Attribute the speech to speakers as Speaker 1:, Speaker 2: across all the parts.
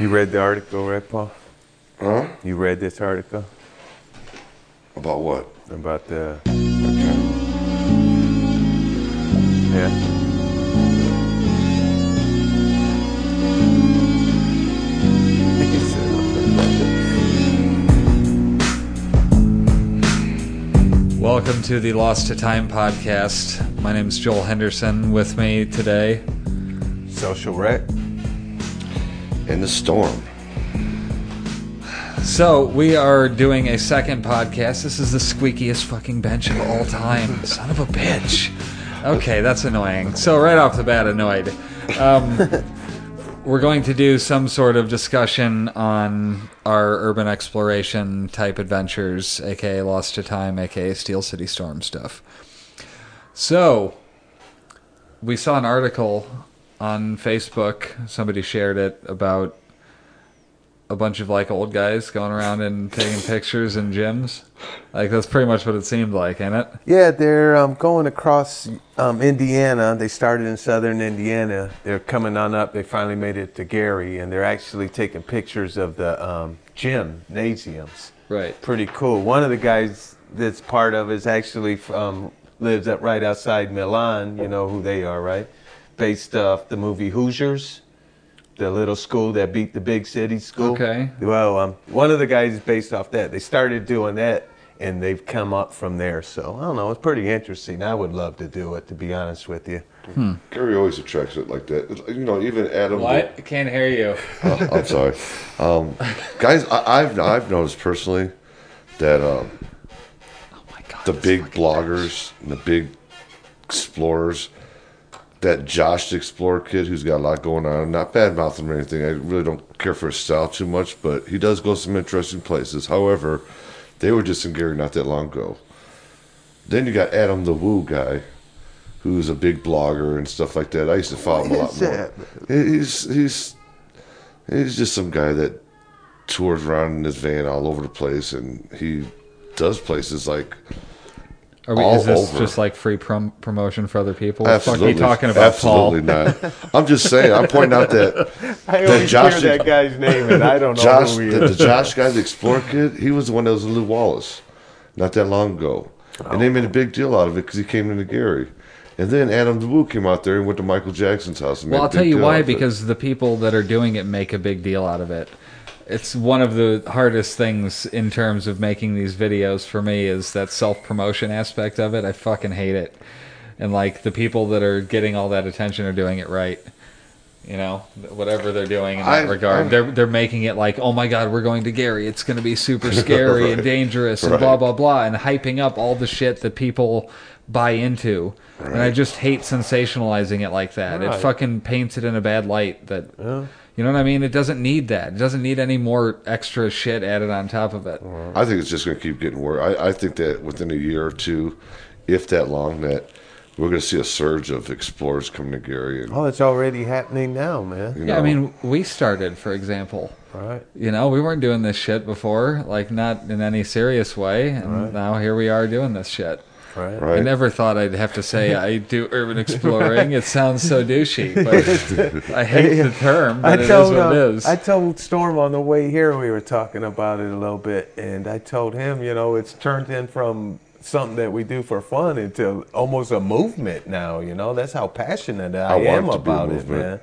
Speaker 1: You read the article, right, Paul?
Speaker 2: Huh?
Speaker 1: You read this article
Speaker 2: About what?
Speaker 1: about the
Speaker 2: Okay.
Speaker 1: yeah.
Speaker 3: Welcome to the Lost to Time podcast. My name's Joel Henderson. With me today,
Speaker 1: Social wreck.
Speaker 2: In the storm.
Speaker 3: so we are doing a second podcast. This is the squeakiest fucking bench of all time. Son of a bitch. Okay, that's annoying. So right off the bat, annoyed. Um, we're going to do some sort of discussion on our urban exploration type adventures, aka Lost to Time, aka Steel City Storm stuff. So, we saw an article on Facebook. Somebody shared it about a bunch of like old guys going around and taking pictures in gyms. Like that's pretty much what it seemed like, ain't it?
Speaker 1: Yeah, they're um, going across um, Indiana. They started in southern Indiana. They're coming on up. They finally made it to Gary, and they're actually taking pictures of the um, gymnasiums.
Speaker 3: Right.
Speaker 1: Pretty cool. One of the guys that's part of is actually from lives up right outside Milan. You know who they are, right? Based off the movie Hoosiers, the little school that beat the big city school.
Speaker 3: Okay.
Speaker 1: Well, um, one of the guys is based off that. They started doing that, and they've come up from there. So I don't know. It's pretty interesting. I would love to do it, to be honest with you.
Speaker 2: Gary always attracts it like that. It's- You know, even Adam.
Speaker 3: Can't hear you.
Speaker 2: Oh, I'm sorry, um, guys. I, I've I've noticed personally that um,
Speaker 3: Oh my god.
Speaker 2: the
Speaker 3: this
Speaker 2: big
Speaker 3: fucking-
Speaker 2: bloggers and the big explorers. That Josh the Explorer kid who's got a lot going on. Not bad mouthing or anything. I really don't care for his style too much, but he does go some interesting places. However, they were just in Gary not that long ago. Then you got Adam the Woo guy, who's a big blogger and stuff like that. I used to follow him a lot
Speaker 1: is
Speaker 2: more. He's he's he's just some guy that tours around in his van all over the place, and he does places like
Speaker 3: Are we,
Speaker 2: all
Speaker 3: is this
Speaker 2: over.
Speaker 3: just like free prom- promotion for other people? What the fuck are
Speaker 2: absolutely
Speaker 3: you talking about,
Speaker 2: absolutely
Speaker 3: Paul?
Speaker 2: not. I'm just saying. I'm pointing out that
Speaker 1: I
Speaker 2: That
Speaker 1: always
Speaker 2: Josh
Speaker 1: hear
Speaker 2: is-
Speaker 1: that guy's name, and I don't know
Speaker 2: Josh,
Speaker 1: who he
Speaker 2: the,
Speaker 1: is.
Speaker 2: the Josh guy, the Explorer kid, he was the one that was in Lou Wallace not that long ago. And they made a big deal out of it because he came into Gary. And then Adam the Woo came out there and went to Michael Jackson's house. And made
Speaker 3: Well,
Speaker 2: a
Speaker 3: I'll
Speaker 2: big
Speaker 3: tell you
Speaker 2: deal out
Speaker 3: why.
Speaker 2: of it.
Speaker 3: Because the people that are doing it make a big deal out of it. It's one of the hardest things in terms of making these videos for me is that self promotion aspect of it. I fucking hate it. And like the people that are getting all that attention are doing it right. You know, whatever they're doing in that
Speaker 2: I-
Speaker 3: regard,
Speaker 2: I-
Speaker 3: they're they're making it like, oh my god, we're going to Gary. It's going to be super scary and
Speaker 2: Right.
Speaker 3: dangerous and
Speaker 2: Right.
Speaker 3: blah blah blah, and hyping up all the shit that people buy into. And I
Speaker 2: Right.
Speaker 3: just hate sensationalizing it like that. It
Speaker 1: Right.
Speaker 3: fucking paints it in a bad light. That
Speaker 1: Yeah.
Speaker 3: you know what I mean. It doesn't need that. It doesn't need any more extra shit added on top of it.
Speaker 2: I think it's just going to keep getting worse. I, I think that within a year or two, if that long, that we're going to see a surge of explorers coming to Gary. And,
Speaker 1: Oh, it's already happening now, man.
Speaker 2: you
Speaker 3: Yeah, I
Speaker 2: know,
Speaker 3: mean, we started, for example.
Speaker 1: All right.
Speaker 3: You know, we weren't doing this shit before, like not in any serious way, and now here we are doing this shit.
Speaker 1: All right.
Speaker 3: I
Speaker 2: right?
Speaker 3: never thought I'd have to say I do urban exploring. It sounds so douchey, but I hate the term. But
Speaker 1: I
Speaker 3: it is
Speaker 1: told
Speaker 3: what
Speaker 1: um,
Speaker 3: it is.
Speaker 1: I told Storm on the way here we were talking about it a little bit, and I told him, you know, it's turned in from something that we do for fun into almost a movement now. You know, that's how passionate I,
Speaker 2: I want
Speaker 1: am
Speaker 2: it to be a
Speaker 1: about it, man.
Speaker 2: movement.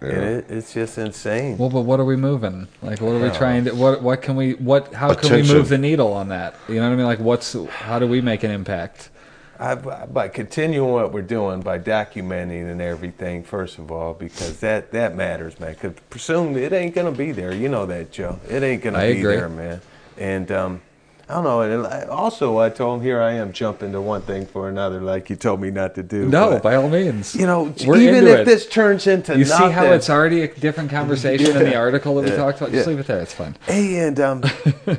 Speaker 1: And it, it's just insane.
Speaker 3: Well, but what are we moving? Like, what are we trying to? What what can we? What how can we
Speaker 2: Attention.
Speaker 3: move the needle on that? You know what I mean? Like, what's how do we make an impact?
Speaker 1: I, by continuing what we're doing, by documenting and everything, first of all, because that that matters, man. Because soon it ain't gonna be there. You know that, Joe. It ain't gonna
Speaker 3: I
Speaker 1: be
Speaker 3: agree.
Speaker 1: there, man. And um, I don't know. And I- also, I told him here I am jumping to one thing for another, like you told me not to do.
Speaker 3: No,
Speaker 1: but,
Speaker 3: by all means.
Speaker 1: you know,
Speaker 3: We're
Speaker 1: even
Speaker 3: into
Speaker 1: if
Speaker 3: it.
Speaker 1: this turns into
Speaker 3: you
Speaker 1: nothing,
Speaker 3: see how it's already a different conversation in the article that we talked about. Just
Speaker 2: Yeah.
Speaker 3: leave it there. It's fine.
Speaker 1: Hey, and um, um,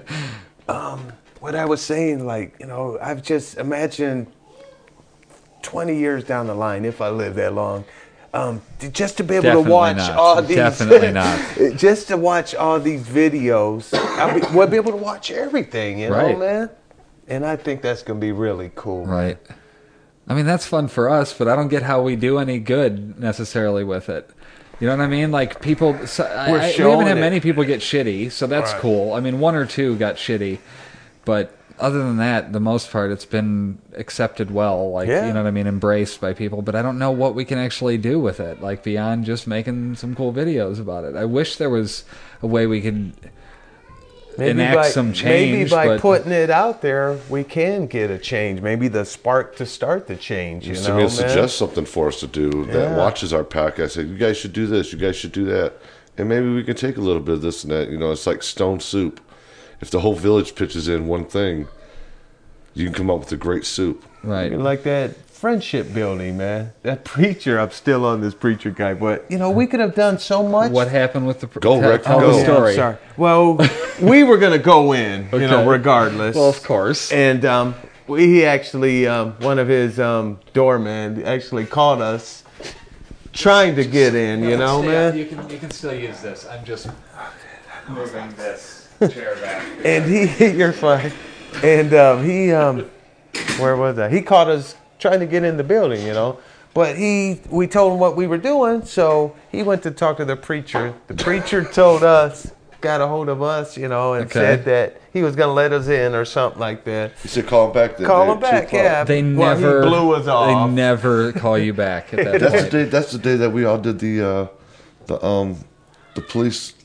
Speaker 1: what I was saying, like, you know, I've just imagined 20 years down the line, if I live that long, um, to- just to be able
Speaker 3: Definitely
Speaker 1: to watch
Speaker 3: not.
Speaker 1: all these.
Speaker 3: Definitely not.
Speaker 1: just to watch all these videos, I'll be, we'll be able to watch everything, you
Speaker 3: Right.
Speaker 1: know, man? And I think that's going to be really cool.
Speaker 3: Right. I mean, that's fun for us, but I don't get how we do any good necessarily with it. You know what I mean? Like people, so, I,
Speaker 1: We're
Speaker 3: I- we haven't
Speaker 1: showing
Speaker 3: had
Speaker 1: it.
Speaker 3: many people get shitty, so that's
Speaker 2: Right.
Speaker 3: cool. I mean, one or two got shitty, but other than that, the most part, it's been accepted well. Like
Speaker 1: Yeah.
Speaker 3: you know what I mean, embraced by people. But I don't know what we can actually do with it, like beyond just making some cool videos about it. I wish there was a way we could. enact
Speaker 1: by,
Speaker 3: some
Speaker 1: Maybe
Speaker 3: change,
Speaker 1: by
Speaker 3: but-
Speaker 1: putting it out there, we can get a change. Maybe the spark to start the change. You
Speaker 2: You
Speaker 1: know, man?
Speaker 2: somebody suggests something for us to do that
Speaker 1: Yeah.
Speaker 2: watches our podcast. Say, you guys should do this. You guys should do that. And maybe we can take a little bit of this and that. You know, it's like stone soup. If the whole village pitches in one thing, you can come up with a great soup.
Speaker 3: Right.
Speaker 1: like that friendship building, man. That preacher, I'm still on this preacher guy, but you know, we could have done so much.
Speaker 3: What happened with the
Speaker 2: Go, Rick,
Speaker 3: tell
Speaker 2: go.
Speaker 3: the
Speaker 1: Yeah, I'm
Speaker 3: story?
Speaker 1: sorry. Well, we were gonna go in, you know,
Speaker 3: Okay.
Speaker 1: regardless.
Speaker 3: Well, of course.
Speaker 1: And um, we, he actually, um, one of his um, doormen actually called us, trying to get in. You know, man.
Speaker 3: You can you can still use this. I'm just moving this chair back.
Speaker 1: and he you're fine and um, he um, where was that he caught us trying to get in the building you know but he we told him what we were doing so he went to talk to the preacher the preacher told us got a hold of us you know and
Speaker 3: Okay.
Speaker 1: said that he was going to let us in or something like that
Speaker 2: You said call him back. Then,
Speaker 1: Call
Speaker 2: dude,
Speaker 1: him
Speaker 2: two
Speaker 1: back,
Speaker 2: o'clock.
Speaker 1: yeah.
Speaker 3: They
Speaker 1: Well, he
Speaker 3: never
Speaker 1: blew us off.
Speaker 3: They never call you back at that
Speaker 2: That's
Speaker 3: point.
Speaker 2: the day. That's the day that we all did the, uh, the um, the police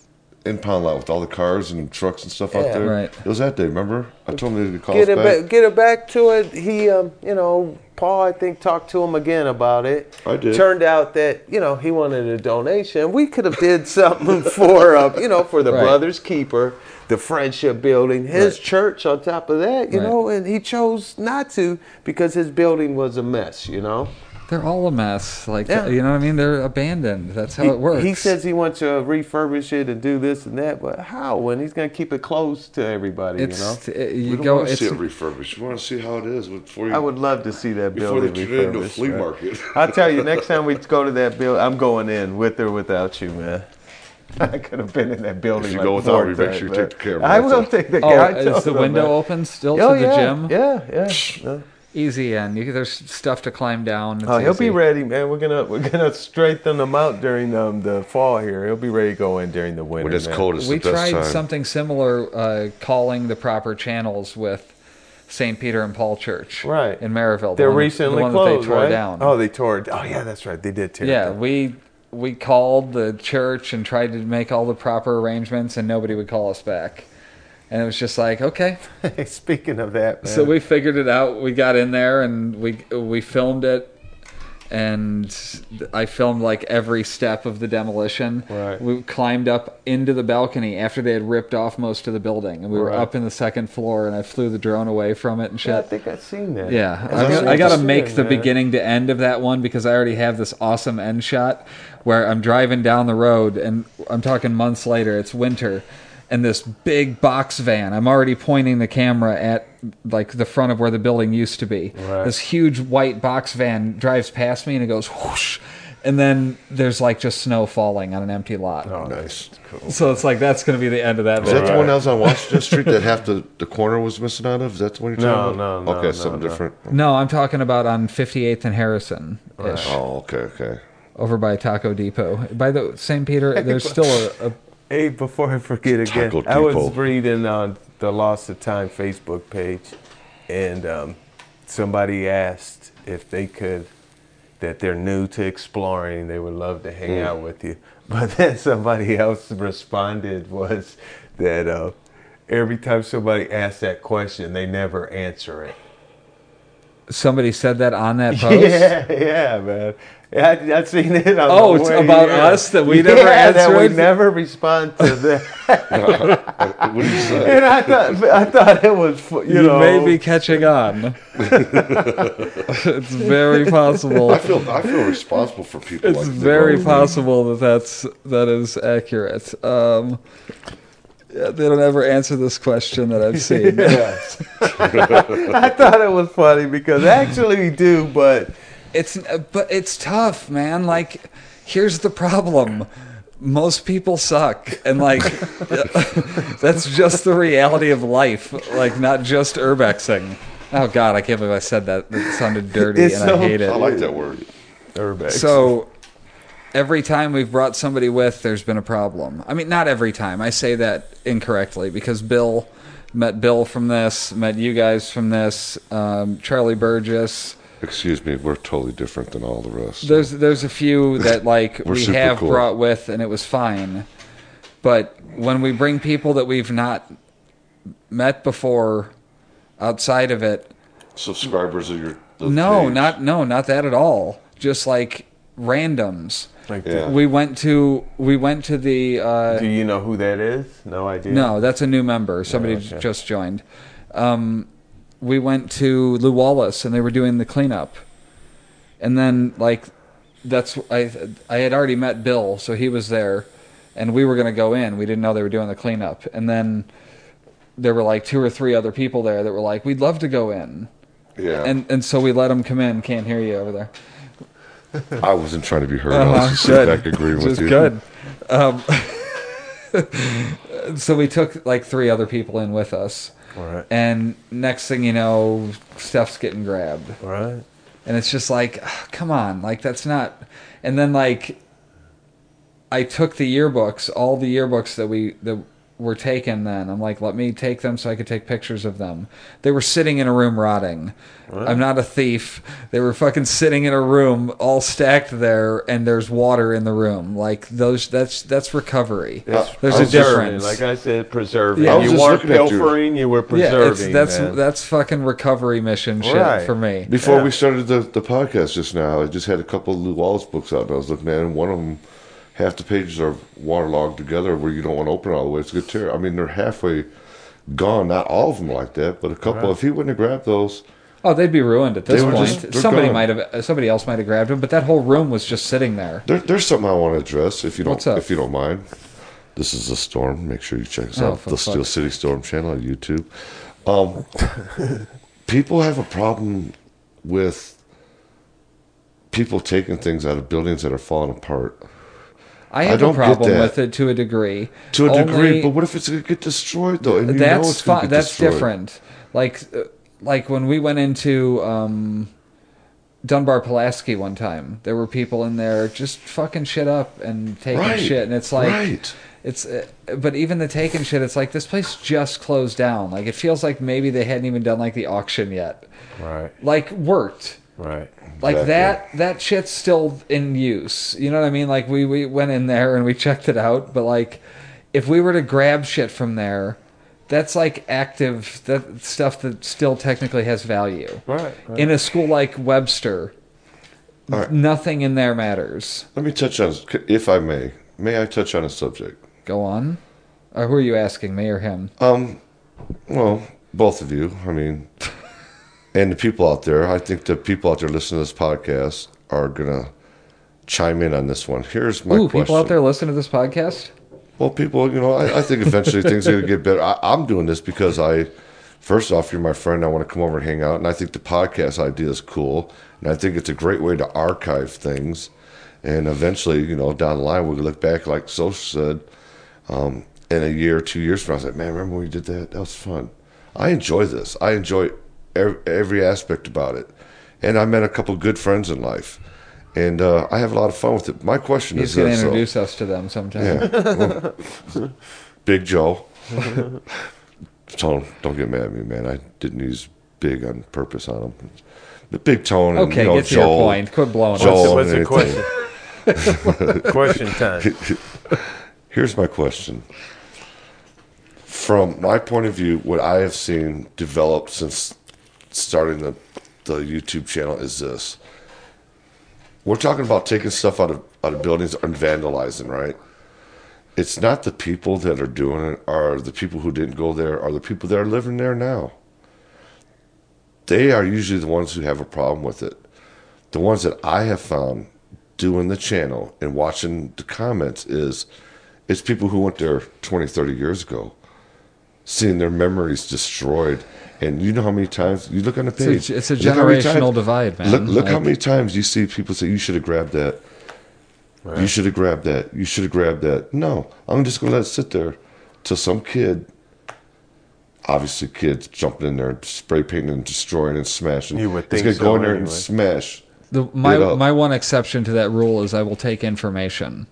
Speaker 2: impound lot with all the cars and trucks and stuff out
Speaker 1: Yeah.
Speaker 2: there.
Speaker 3: Right.
Speaker 2: It was that day. Remember? I told him to call
Speaker 1: get
Speaker 2: us
Speaker 1: it
Speaker 2: back.
Speaker 1: back get it back to it he um, you know paul i think talked to him again about it
Speaker 2: I did.
Speaker 1: turned out that you know he wanted a donation we could have did something for um, you know for the
Speaker 3: Right.
Speaker 1: brothers keeper the friendship building his church on top of that you
Speaker 3: Right.
Speaker 1: know and he chose not to because his building was a mess you know
Speaker 3: They're all a mess. Like
Speaker 1: Yeah.
Speaker 3: you know what I mean? They're abandoned. That's how
Speaker 1: he,
Speaker 3: it works.
Speaker 1: he says he wants to refurbish it and do this and that but how when he's going to keep it closed to everybody
Speaker 3: it's
Speaker 1: you know
Speaker 3: t- it- you
Speaker 2: we don't
Speaker 3: go.
Speaker 2: want to
Speaker 3: It's
Speaker 2: see it refurbished. We want to see how it is before you.
Speaker 1: I would love to see that
Speaker 2: before they
Speaker 1: building
Speaker 2: turn it into a
Speaker 1: refurbished,
Speaker 2: flea
Speaker 1: man.
Speaker 2: market.
Speaker 1: I'll tell you, next time we go to that building, I'm going in with or without you, man. I could have been in that building.
Speaker 2: If you
Speaker 1: like
Speaker 2: go without
Speaker 1: four
Speaker 2: me, make
Speaker 1: times,
Speaker 2: sure you
Speaker 1: man.
Speaker 2: take the camera
Speaker 1: I
Speaker 2: off.
Speaker 1: will take the
Speaker 3: oh,
Speaker 1: camera. I
Speaker 3: is
Speaker 1: told
Speaker 3: the
Speaker 1: them,
Speaker 3: window
Speaker 1: man.
Speaker 3: open still
Speaker 1: Oh,
Speaker 3: to the
Speaker 1: yeah,
Speaker 3: gym?
Speaker 1: Yeah, yeah.
Speaker 3: Easy in. You, there's stuff to climb down. It's
Speaker 1: Oh, he'll be
Speaker 3: easy.
Speaker 1: ready, man. We're gonna we're gonna straighten him out during um, the fall here. He'll be ready to go in during the winter.
Speaker 2: When it's
Speaker 1: man.
Speaker 2: cold, it's
Speaker 3: we
Speaker 2: the best
Speaker 3: tried
Speaker 2: time.
Speaker 3: something similar, uh, calling the proper channels with St. Peter and Paul Church,
Speaker 1: Right.
Speaker 3: in Maryville. the
Speaker 1: They're
Speaker 3: one-
Speaker 1: recently
Speaker 3: the one
Speaker 1: closed,
Speaker 3: that they tore
Speaker 1: right?
Speaker 3: down.
Speaker 1: Oh, they tore it. Oh, yeah, that's right. They did tear. it
Speaker 3: yeah,
Speaker 1: down.
Speaker 3: we we called the church and tried to make all the proper arrangements, and nobody would call us back. And it was just like, okay,
Speaker 1: Speaking of that, man.
Speaker 3: So we figured it out. We got in there and we we filmed it, and I filmed like every step of the demolition.
Speaker 1: Right.
Speaker 3: We climbed up into the balcony after they had ripped off most of the building, and we were
Speaker 1: Right.
Speaker 3: up in the second floor. And I flew the drone away from it and
Speaker 1: Yeah, I
Speaker 3: shit.
Speaker 1: think I've seen that.
Speaker 3: Yeah,
Speaker 1: I've
Speaker 3: I,
Speaker 1: seen
Speaker 3: got- I
Speaker 1: it.
Speaker 3: gotta
Speaker 1: Seen
Speaker 3: make
Speaker 1: it,
Speaker 3: the
Speaker 1: man.
Speaker 3: beginning to end of that one because I already have this awesome end shot where I'm driving down the road and I'm talking months later. It's winter, and this big box van. I'm already pointing the camera at like the front of where the building used to be.
Speaker 1: Right.
Speaker 3: This huge white box van drives past me and it goes whoosh, and then there's like just snow falling on an empty lot.
Speaker 2: nice.
Speaker 3: So it's like that's gonna be the end of that.
Speaker 2: Oh, Is that
Speaker 3: video.
Speaker 2: the one that was on Washington Street that half the, the corner was missing out of? Is that the one you're
Speaker 1: No,
Speaker 2: talking about?
Speaker 1: no, no,
Speaker 2: Okay,
Speaker 1: no,
Speaker 2: something
Speaker 1: no.
Speaker 2: different.
Speaker 3: No, I'm talking about on 58th and Harrison.
Speaker 2: Oh, okay, okay.
Speaker 3: over by Taco Depot. By the St. Peter, there's still a, a
Speaker 1: Hey, before I forget again,
Speaker 2: Taco
Speaker 1: I was
Speaker 2: Depot.
Speaker 1: reading on the Lost of Time Facebook page, and um, somebody asked if they could, that they're new to exploring, they would love to hang
Speaker 3: Hmm.
Speaker 1: out with you. But then somebody else responded was that uh, every time somebody asks that question, they never answer it.
Speaker 3: somebody said that on that post.
Speaker 1: Yeah, yeah, man. I, I've seen it. On
Speaker 3: Oh,
Speaker 1: the
Speaker 3: it's
Speaker 1: way,
Speaker 3: about
Speaker 1: yeah.
Speaker 3: us that we
Speaker 1: yeah,
Speaker 3: never
Speaker 1: That we
Speaker 3: answered?
Speaker 1: never respond to that.
Speaker 2: What did you say?
Speaker 1: and I thought I thought it was fu- you,
Speaker 3: You,
Speaker 1: know
Speaker 3: may be catching on. it's very possible.
Speaker 2: I feel I feel responsible for people.
Speaker 3: It's
Speaker 2: like that.
Speaker 3: very possible that that's that is accurate. Um, yeah, they don't ever answer this question that I've seen.
Speaker 1: I thought it was funny because actually we do, but
Speaker 3: It's uh, but it's tough, man. Like, here's the problem: most people suck, and like, that's just the reality of life. Like, not just urbexing. Oh God, I can't believe I said that. It sounded dirty,
Speaker 1: It's
Speaker 3: and I
Speaker 1: so-
Speaker 3: hate
Speaker 2: I
Speaker 3: it.
Speaker 2: like that word.
Speaker 1: Urbex.
Speaker 3: So, every time we've brought somebody with, there's been a problem. I mean, not every time. I say that incorrectly because Bill met Bill from this, met you guys from this, um, Charlie Burgess.
Speaker 2: Excuse me, we're totally different than all the rest.
Speaker 3: There's there's a few that like
Speaker 2: We're
Speaker 3: we
Speaker 2: super
Speaker 3: have
Speaker 2: cool.
Speaker 3: brought with and it was fine. But when we bring people that we've not met before outside of it,
Speaker 2: Subscribers of your of
Speaker 3: no,
Speaker 2: page.
Speaker 3: not no, not that at all. Just like randoms.
Speaker 1: Like,
Speaker 2: Yeah.
Speaker 3: We went to we went to the uh,
Speaker 1: do you know who that is? No idea.
Speaker 3: No, that's a new member. Somebody j-
Speaker 1: okay.
Speaker 3: just joined. Um, we went to Lou Wallace and they were doing the cleanup, and then like that's I I had already met Bill, so he was there, and we were gonna go in. We didn't know they were doing the cleanup, and then there were like two or three other people there that were like, "We'd love to go in,"
Speaker 2: Yeah,
Speaker 3: and and so we let them come in. Can't hear you over there.
Speaker 2: I wasn't trying to be heard. I was just sitting back agreeing with
Speaker 3: Uh-huh, Just
Speaker 2: you.
Speaker 3: good. Um, so we took like three other people in with us.
Speaker 1: All right.
Speaker 3: And next thing you know, stuff's getting grabbed.
Speaker 1: All right.
Speaker 3: And it's just like, ugh, come on, like that's not. And then like, I took the yearbooks, all the yearbooks that we that were taken. Then I'm like, let me take them so I could take pictures of them. They were sitting in a room rotting. I'm not a thief. They were fucking sitting in a room, all stacked there, and there's water in the room. Like those, that's that's recovery.
Speaker 2: That's-
Speaker 3: there's
Speaker 2: I
Speaker 3: a
Speaker 2: was just-
Speaker 3: difference.
Speaker 1: Like I said, preserving.
Speaker 3: Yeah. I was
Speaker 1: You
Speaker 2: just
Speaker 1: weren't
Speaker 2: looking at you.
Speaker 1: pilfering, you were
Speaker 3: yeah, it's,
Speaker 1: preserving.
Speaker 3: that's
Speaker 1: man.
Speaker 3: that's fucking recovery mission shit
Speaker 1: Right.
Speaker 3: for me.
Speaker 2: Before
Speaker 1: Yeah.
Speaker 2: we started the, the podcast just now, I just had a couple of Lou Wallace books out, and I was looking at, and one of them, half the pages are waterlogged together, where you don't want to open all the way. It's a good tear. I mean, they're halfway gone. Not all of them like that, but a couple. If he wouldn't have grabbed those,
Speaker 3: Oh, they'd be ruined at this
Speaker 2: They were
Speaker 3: point.
Speaker 2: just- they're
Speaker 3: somebody
Speaker 2: gone.
Speaker 3: might have, uh, somebody else might have grabbed him, but that whole room was just sitting there.
Speaker 2: there, there's something I want to address. If you don't,
Speaker 3: What's up?
Speaker 2: if you don't mind, this is the storm. Make sure you check us
Speaker 3: Oh,
Speaker 2: out.
Speaker 3: for
Speaker 2: The
Speaker 3: fuck's
Speaker 2: Steel City Storm channel on YouTube. Um, people have a problem with people taking things out of buildings that are falling apart.
Speaker 3: I have
Speaker 2: don't
Speaker 3: a
Speaker 2: get
Speaker 3: problem
Speaker 2: that.
Speaker 3: with it to a degree.
Speaker 2: To a
Speaker 3: Only-
Speaker 2: degree, but what if it's going to get destroyed though? And you know
Speaker 3: that's
Speaker 2: it's gonna
Speaker 3: fine.
Speaker 2: get
Speaker 3: That's
Speaker 2: destroyed.
Speaker 3: different. Like, uh, like when we went into um, Dunbar Pulaski one time, there were people in there just fucking shit up and taking
Speaker 2: Right,
Speaker 3: shit, and it's like,
Speaker 2: right.
Speaker 3: it's. Uh, but even the taking shit, it's like this place just closed down. Like it feels like maybe they hadn't even done like the auction yet.
Speaker 1: right.
Speaker 3: Like worked.
Speaker 1: Right.
Speaker 3: like
Speaker 2: Exactly.
Speaker 3: that that shit's still in use you know what i mean like we, we went in there and we checked it out but like if we were to grab shit from there that's like active that stuff that still technically has value
Speaker 1: Right. right.
Speaker 3: in a school like webster
Speaker 2: All right.
Speaker 3: nothing in there matters
Speaker 2: Let me touch on, if I may, may I touch on a subject?
Speaker 3: go on or who are you asking me or him
Speaker 2: Um, well, both of you. I mean, and the people out there. I think the people out there listening to this podcast are gonna chime in on this one. Here's my
Speaker 3: ooh
Speaker 2: question.
Speaker 3: people out there listening to this podcast
Speaker 2: Well, people, you know, I, I think eventually things are going to get better. I, I'm doing this because I, first off, you're my friend. I want to come over and hang out. And I think the podcast idea is cool. And I think it's a great way to archive things. And eventually, you know, down the line, we look back, like Social said, um, in a year, two years from now, I was like, man, remember when we did that? That was fun. I enjoy this. I enjoy every, every aspect about it. And I met a couple good friends in life. And uh, I have a lot of fun with it. My question is
Speaker 3: he's going to
Speaker 2: this, though.
Speaker 3: introduce us to them sometime
Speaker 2: Yeah. Well, big Joe. Tone, don't get mad at me, man. I didn't use big on purpose on him. But big tone. And,
Speaker 3: okay
Speaker 2: you know,
Speaker 3: get to
Speaker 2: Joel,
Speaker 3: your point quit blowing
Speaker 2: Joel.
Speaker 3: us
Speaker 1: What's the
Speaker 2: anything.
Speaker 1: question? question time.
Speaker 2: Here's my question. From my point of view, what I have seen develop since starting the the YouTube channel is this. We're talking about taking stuff out of out of buildings and vandalizing, right? It's not the people that are doing it, are the people who didn't go there, are the people that are living there now. They are usually the ones who have a problem with it the ones that I have found doing the channel and watching the comments is it's people who went there 20, 30 years ago, seeing their memories destroyed. And you know how many times you look on the
Speaker 3: a-
Speaker 2: page.
Speaker 3: it's a
Speaker 2: look how many
Speaker 3: generational divide, man.
Speaker 2: Look, look how
Speaker 3: Like-
Speaker 2: many times you see people say, "You should have grabbed that. You should have grabbed that. You should have grabbed that." No, I'm just gonna let it sit there till some kid, obviously kids, jumping in there, spray painting and destroying and smashing.
Speaker 1: You would
Speaker 2: He's
Speaker 1: think
Speaker 2: gonna go
Speaker 1: so
Speaker 2: in there
Speaker 1: anyway.
Speaker 2: and smash
Speaker 3: The, my
Speaker 2: You know.
Speaker 3: my one exception to that rule is I will take information.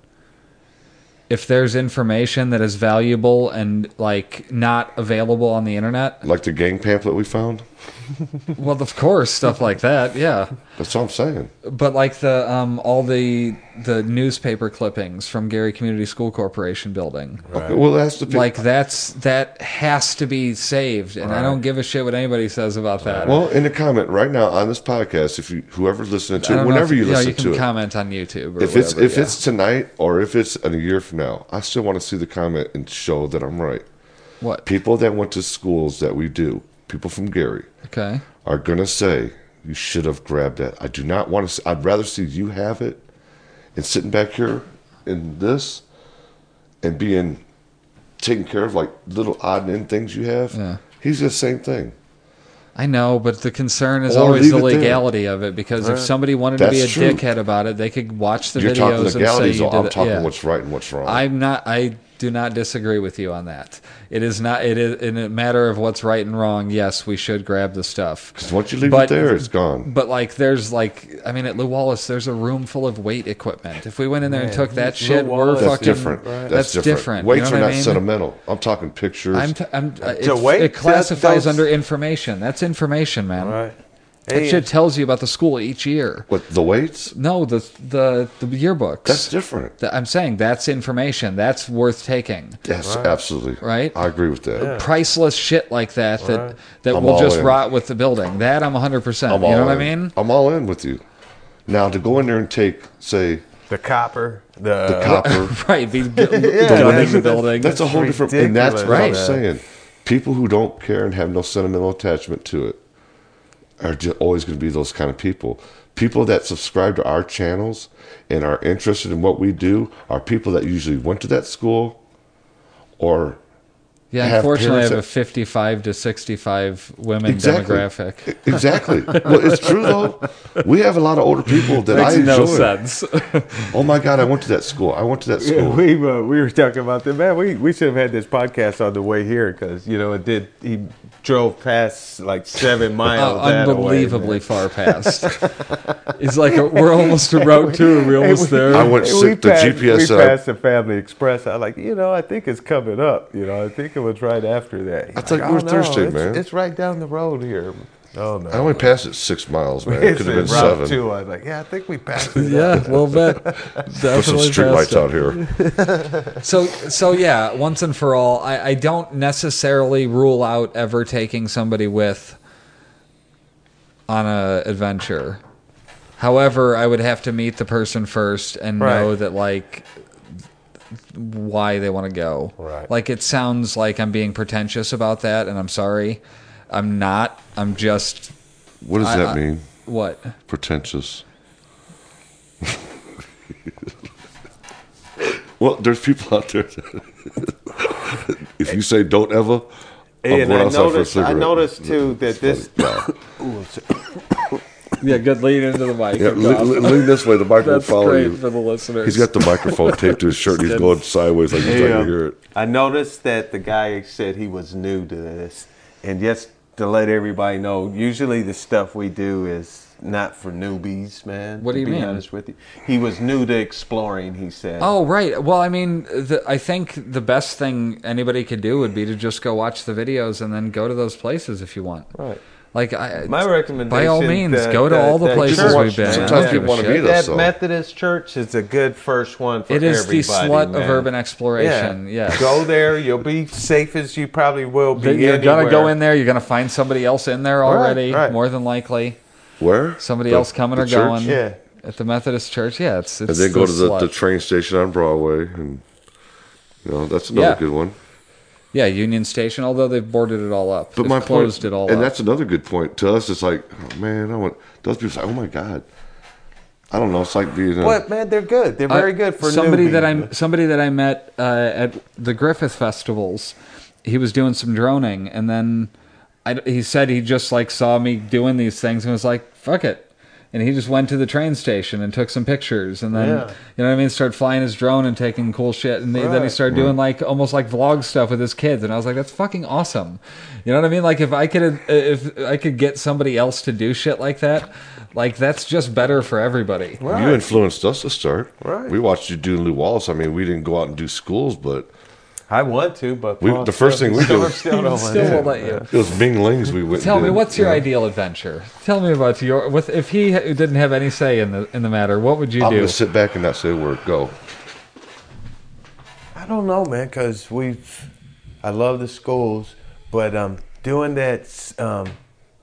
Speaker 3: If there's information that is valuable and like not available on the internet,
Speaker 2: Like the gang pamphlet we found.
Speaker 3: well, of course, stuff like that, yeah.
Speaker 2: That's all I'm saying.
Speaker 3: But like the um, all the the newspaper clippings from Gary Community School Corporation building,
Speaker 2: Okay, well, that's the thing.
Speaker 3: like that's that has to be saved, and I don't give a shit what anybody says about that.
Speaker 2: well, in the comment right now on this podcast, if you whoever's listening
Speaker 3: I
Speaker 2: to
Speaker 3: don't
Speaker 2: it,
Speaker 3: know
Speaker 2: whenever
Speaker 3: if-
Speaker 2: you
Speaker 3: yeah,
Speaker 2: listen
Speaker 3: you can
Speaker 2: to it,
Speaker 3: comment on YouTube. Or
Speaker 2: if it's
Speaker 3: whatever,
Speaker 2: if
Speaker 3: yeah.
Speaker 2: it's tonight or if it's in a year from now, I still want to see the comment and show that I'm right.
Speaker 3: what
Speaker 2: People that went to schools that we do, people from Gary,
Speaker 3: okay,
Speaker 2: are gonna say you should have grabbed that. I do not want to. See, I'd rather see you have it, and sitting back here in this, and being taken care of like little odd and end things you have.
Speaker 3: Yeah.
Speaker 2: He's the same thing.
Speaker 3: I know, but the concern is
Speaker 2: Or
Speaker 3: always
Speaker 2: leave
Speaker 3: the
Speaker 2: it there.
Speaker 3: legality of it because if somebody wanted to be a
Speaker 2: That's true.
Speaker 3: dickhead about it, they could watch the
Speaker 2: You're talking
Speaker 3: videos and say
Speaker 2: legalities.
Speaker 3: you did
Speaker 2: I'm
Speaker 3: it.
Speaker 2: talking
Speaker 3: yeah.
Speaker 2: what's right and what's wrong.
Speaker 3: I'm not. I do not disagree with you on that. It is not. It is in a matter of what's right and wrong. Yes, we should grab the stuff.
Speaker 2: 'Cause once you leave
Speaker 3: but-
Speaker 2: it there, it's gone.
Speaker 3: But like, there's like, I mean, at Lou Wallace, there's a room full of weight equipment. If we went in there and took that
Speaker 1: Lew
Speaker 3: shit, we're
Speaker 1: Wallace is
Speaker 2: That's
Speaker 3: fucking.
Speaker 2: different.
Speaker 1: right.
Speaker 2: That's,
Speaker 3: that's
Speaker 2: different.
Speaker 3: different. You
Speaker 2: Weights
Speaker 3: know
Speaker 2: are
Speaker 3: what I
Speaker 2: not
Speaker 3: mean?
Speaker 2: sentimental. I'm talking pictures.
Speaker 3: I'm. T- I'm uh, it's,
Speaker 1: weight,
Speaker 3: it
Speaker 1: that-
Speaker 3: classifies
Speaker 1: those-
Speaker 3: under information. That's information, man.
Speaker 1: All right.
Speaker 3: That
Speaker 2: uh,
Speaker 3: shit tells you about the school each year.
Speaker 2: What the weights?
Speaker 3: No, the the the yearbooks.
Speaker 2: That's different.
Speaker 3: Th- I'm saying that's information. That's worth taking.
Speaker 2: Yes, absolutely.
Speaker 3: Right?
Speaker 2: I agree with that.
Speaker 3: Priceless shit like that that that
Speaker 2: I'm
Speaker 3: will
Speaker 2: all
Speaker 3: just
Speaker 2: in.
Speaker 3: rot with the building. That I'm 100. percent You
Speaker 2: I'm
Speaker 3: know
Speaker 2: all
Speaker 3: what I
Speaker 2: in.
Speaker 3: mean?
Speaker 2: I'm all in with you. Now to go in there and take, say,
Speaker 1: the copper, the,
Speaker 2: the copper.
Speaker 3: Right. Be gu- gunning the
Speaker 1: that's-
Speaker 3: Uh, building.
Speaker 2: That's a whole different. And that's what I'm
Speaker 3: Ridiculous.
Speaker 2: saying. People who don't care and have no sentimental attachment to it are just always going to be those kind of people. People that subscribe to our channels and are interested in what we do are people that usually went to that school, or
Speaker 3: yeah.
Speaker 2: have
Speaker 3: unfortunately, I
Speaker 2: parents
Speaker 3: have a
Speaker 2: that-
Speaker 3: 55 to 65 women
Speaker 2: Exactly. e-,
Speaker 3: demographic.
Speaker 2: exactly. well, it's true though. We have a lot of older people that I enjoy.
Speaker 3: sense.
Speaker 2: Oh my god, I went to that school. I went to that
Speaker 1: Yeah,
Speaker 2: school.
Speaker 1: we were, we were talking about that. Man, we, we should have had this podcast on the way here because you know it did. He drove past like seven miles.
Speaker 3: Uh,
Speaker 1: that way, man.
Speaker 3: unbelievably far past. it's like a, we're almost to route two. We're almost there.
Speaker 2: I went
Speaker 1: Hey,
Speaker 2: sick the
Speaker 1: passed-
Speaker 2: GPS
Speaker 1: We
Speaker 2: up.
Speaker 1: passed the Family Express. I like, you know, I think it's coming up. You know, I think it was right after that. He's
Speaker 2: I thought you
Speaker 1: "Oh,
Speaker 2: were
Speaker 1: no,
Speaker 2: Thursday,
Speaker 1: it's,
Speaker 2: man."
Speaker 1: It's right down the road here. Oh no,
Speaker 2: I only passed it six miles, man. It
Speaker 1: it's
Speaker 2: could have been
Speaker 1: in Route
Speaker 2: seven.
Speaker 1: Two. I was like, yeah, I think we passed. It
Speaker 3: Yeah, a little bit.
Speaker 2: Put some
Speaker 3: Definitely
Speaker 2: street lights
Speaker 3: past it.
Speaker 2: out here.
Speaker 3: So, so yeah. Once and for all, I, I don't necessarily rule out ever taking somebody with on a adventure. However, I would have to meet the person first and know
Speaker 1: Right.
Speaker 3: that like why they want to go.
Speaker 1: Right.
Speaker 3: Like it sounds like I'm being pretentious about that, and I'm sorry. I'm not. I'm just
Speaker 2: What does that mean?
Speaker 3: what?
Speaker 2: Pretentious. well, there's people out there. That if you say don't ever, I'm
Speaker 1: And
Speaker 2: going
Speaker 1: I
Speaker 2: outside for a
Speaker 1: noticed, I noticed
Speaker 2: cigarette.
Speaker 1: too that this.
Speaker 3: Yeah, good lean into the mic.
Speaker 2: Yeah, le- le- lean this way. The mic will follow you.
Speaker 3: the listeners.
Speaker 2: He's got the microphone taped to his shirt. and He's going sideways like he's trying to
Speaker 1: Yeah.
Speaker 2: hear it.
Speaker 1: I noticed that the guy said he was new to this, and just to let everybody know, usually the stuff we do is not for newbies, man.
Speaker 3: What do
Speaker 1: to
Speaker 3: you
Speaker 1: be
Speaker 3: mean?
Speaker 1: Honest with you, he was new to exploring. He said,
Speaker 3: Oh right. Well, I mean, the, I think the best thing anybody could do would be to just go watch the videos and then go to those places if you want.
Speaker 1: right."
Speaker 3: Like I,
Speaker 1: My recommendation.
Speaker 3: by all means,
Speaker 1: that-
Speaker 3: go to
Speaker 1: that-
Speaker 3: all the
Speaker 1: that
Speaker 3: places
Speaker 1: church-
Speaker 3: we've been.
Speaker 2: Sometimes
Speaker 3: I don't give
Speaker 2: people
Speaker 3: a
Speaker 2: wanna
Speaker 3: shit.
Speaker 2: be there.
Speaker 1: That
Speaker 2: so-
Speaker 1: Methodist church is a good first one for
Speaker 3: It is
Speaker 1: everybody.
Speaker 3: the slut
Speaker 1: man.
Speaker 3: of urban exploration.
Speaker 1: Yeah,
Speaker 3: Yes.
Speaker 1: Go there. You'll be safe as you probably will be.
Speaker 3: Then you're gonna go
Speaker 1: anywhere.
Speaker 3: in there. You're gonna find somebody else in there
Speaker 1: Right,
Speaker 3: already.
Speaker 1: right.
Speaker 3: More than likely,
Speaker 2: Where?
Speaker 3: somebody
Speaker 2: The-
Speaker 3: else coming
Speaker 2: the
Speaker 3: or
Speaker 2: church?
Speaker 3: going.
Speaker 1: Yeah.
Speaker 3: At the Methodist church, yeah, it's it's
Speaker 2: And then go to the,
Speaker 3: slut.
Speaker 2: the train station on Broadway, and you know that's another
Speaker 3: Yeah.
Speaker 2: good one.
Speaker 3: yeah Union Station. Although they've boarded it all up,
Speaker 2: But
Speaker 3: They've
Speaker 2: my
Speaker 3: closed
Speaker 2: point,
Speaker 3: it all
Speaker 2: and
Speaker 3: up.
Speaker 2: that's another good point to us. It's like, oh, man, I want those people. Say, oh my god, I don't know. It's like being a,
Speaker 1: But man, they're good. They're very
Speaker 3: I-
Speaker 1: good for
Speaker 3: somebody that
Speaker 1: newbies.
Speaker 3: I somebody that I met uh, at the Griffith festivals. He was doing some droning, and then I, he said he just like saw me doing these things and was like, "Fuck it." and he just went to the train station and took some pictures, and then
Speaker 1: Yeah.
Speaker 3: you know what I mean, started flying his drone and taking cool shit, and then he
Speaker 1: Right.
Speaker 3: started doing like almost like vlog stuff with his kids, and I was like, that's fucking awesome. You know what I mean? Like if I could if I could get somebody else to do shit like that, like that's just better for everybody.
Speaker 1: Right.
Speaker 2: You influenced us to start.
Speaker 1: Right.
Speaker 2: We watched you do Lou Wallace. I mean, we didn't go out and do schools, but
Speaker 1: I want to, but
Speaker 2: We-
Speaker 1: Paul
Speaker 2: the first
Speaker 1: still-
Speaker 2: thing we do-
Speaker 1: still don't want
Speaker 3: Still
Speaker 1: to.
Speaker 3: won't let you.
Speaker 2: it was Bing Ling's we went. and
Speaker 3: Tell me,
Speaker 2: did,
Speaker 3: what's
Speaker 2: you
Speaker 3: your
Speaker 2: know.
Speaker 3: ideal adventure? Tell me about your. With, if he didn't have any say in the in the matter, what would you
Speaker 2: I'm
Speaker 3: do?
Speaker 2: gonna sit back and not say a word. Go.
Speaker 1: I don't know, man, because we, I love the schools, but um, doing that um,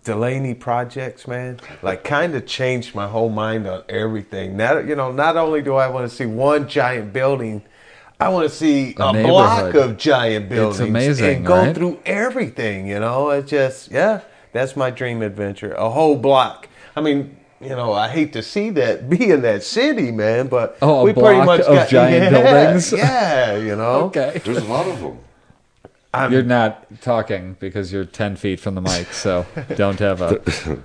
Speaker 1: Delaney projects, man, like kind of changed my whole mind on everything. Now, you know, not only do I want to see one giant building, I want to see a, block
Speaker 3: neighborhood.
Speaker 1: of giant buildings
Speaker 3: amazing,
Speaker 1: and go
Speaker 3: right?
Speaker 1: through everything. You know, it's just yeah, that's my dream adventure. A whole block. I mean. You know, I hate to see that be in that city, man, but
Speaker 3: Oh, a
Speaker 1: we pretty
Speaker 3: block
Speaker 1: much
Speaker 3: of
Speaker 1: got,
Speaker 3: giant
Speaker 1: yeah,
Speaker 3: buildings?
Speaker 1: Yeah, you know.
Speaker 3: okay.
Speaker 2: There's a lot of them.
Speaker 3: You're not talking because you're ten feet from the mic, so don't have a.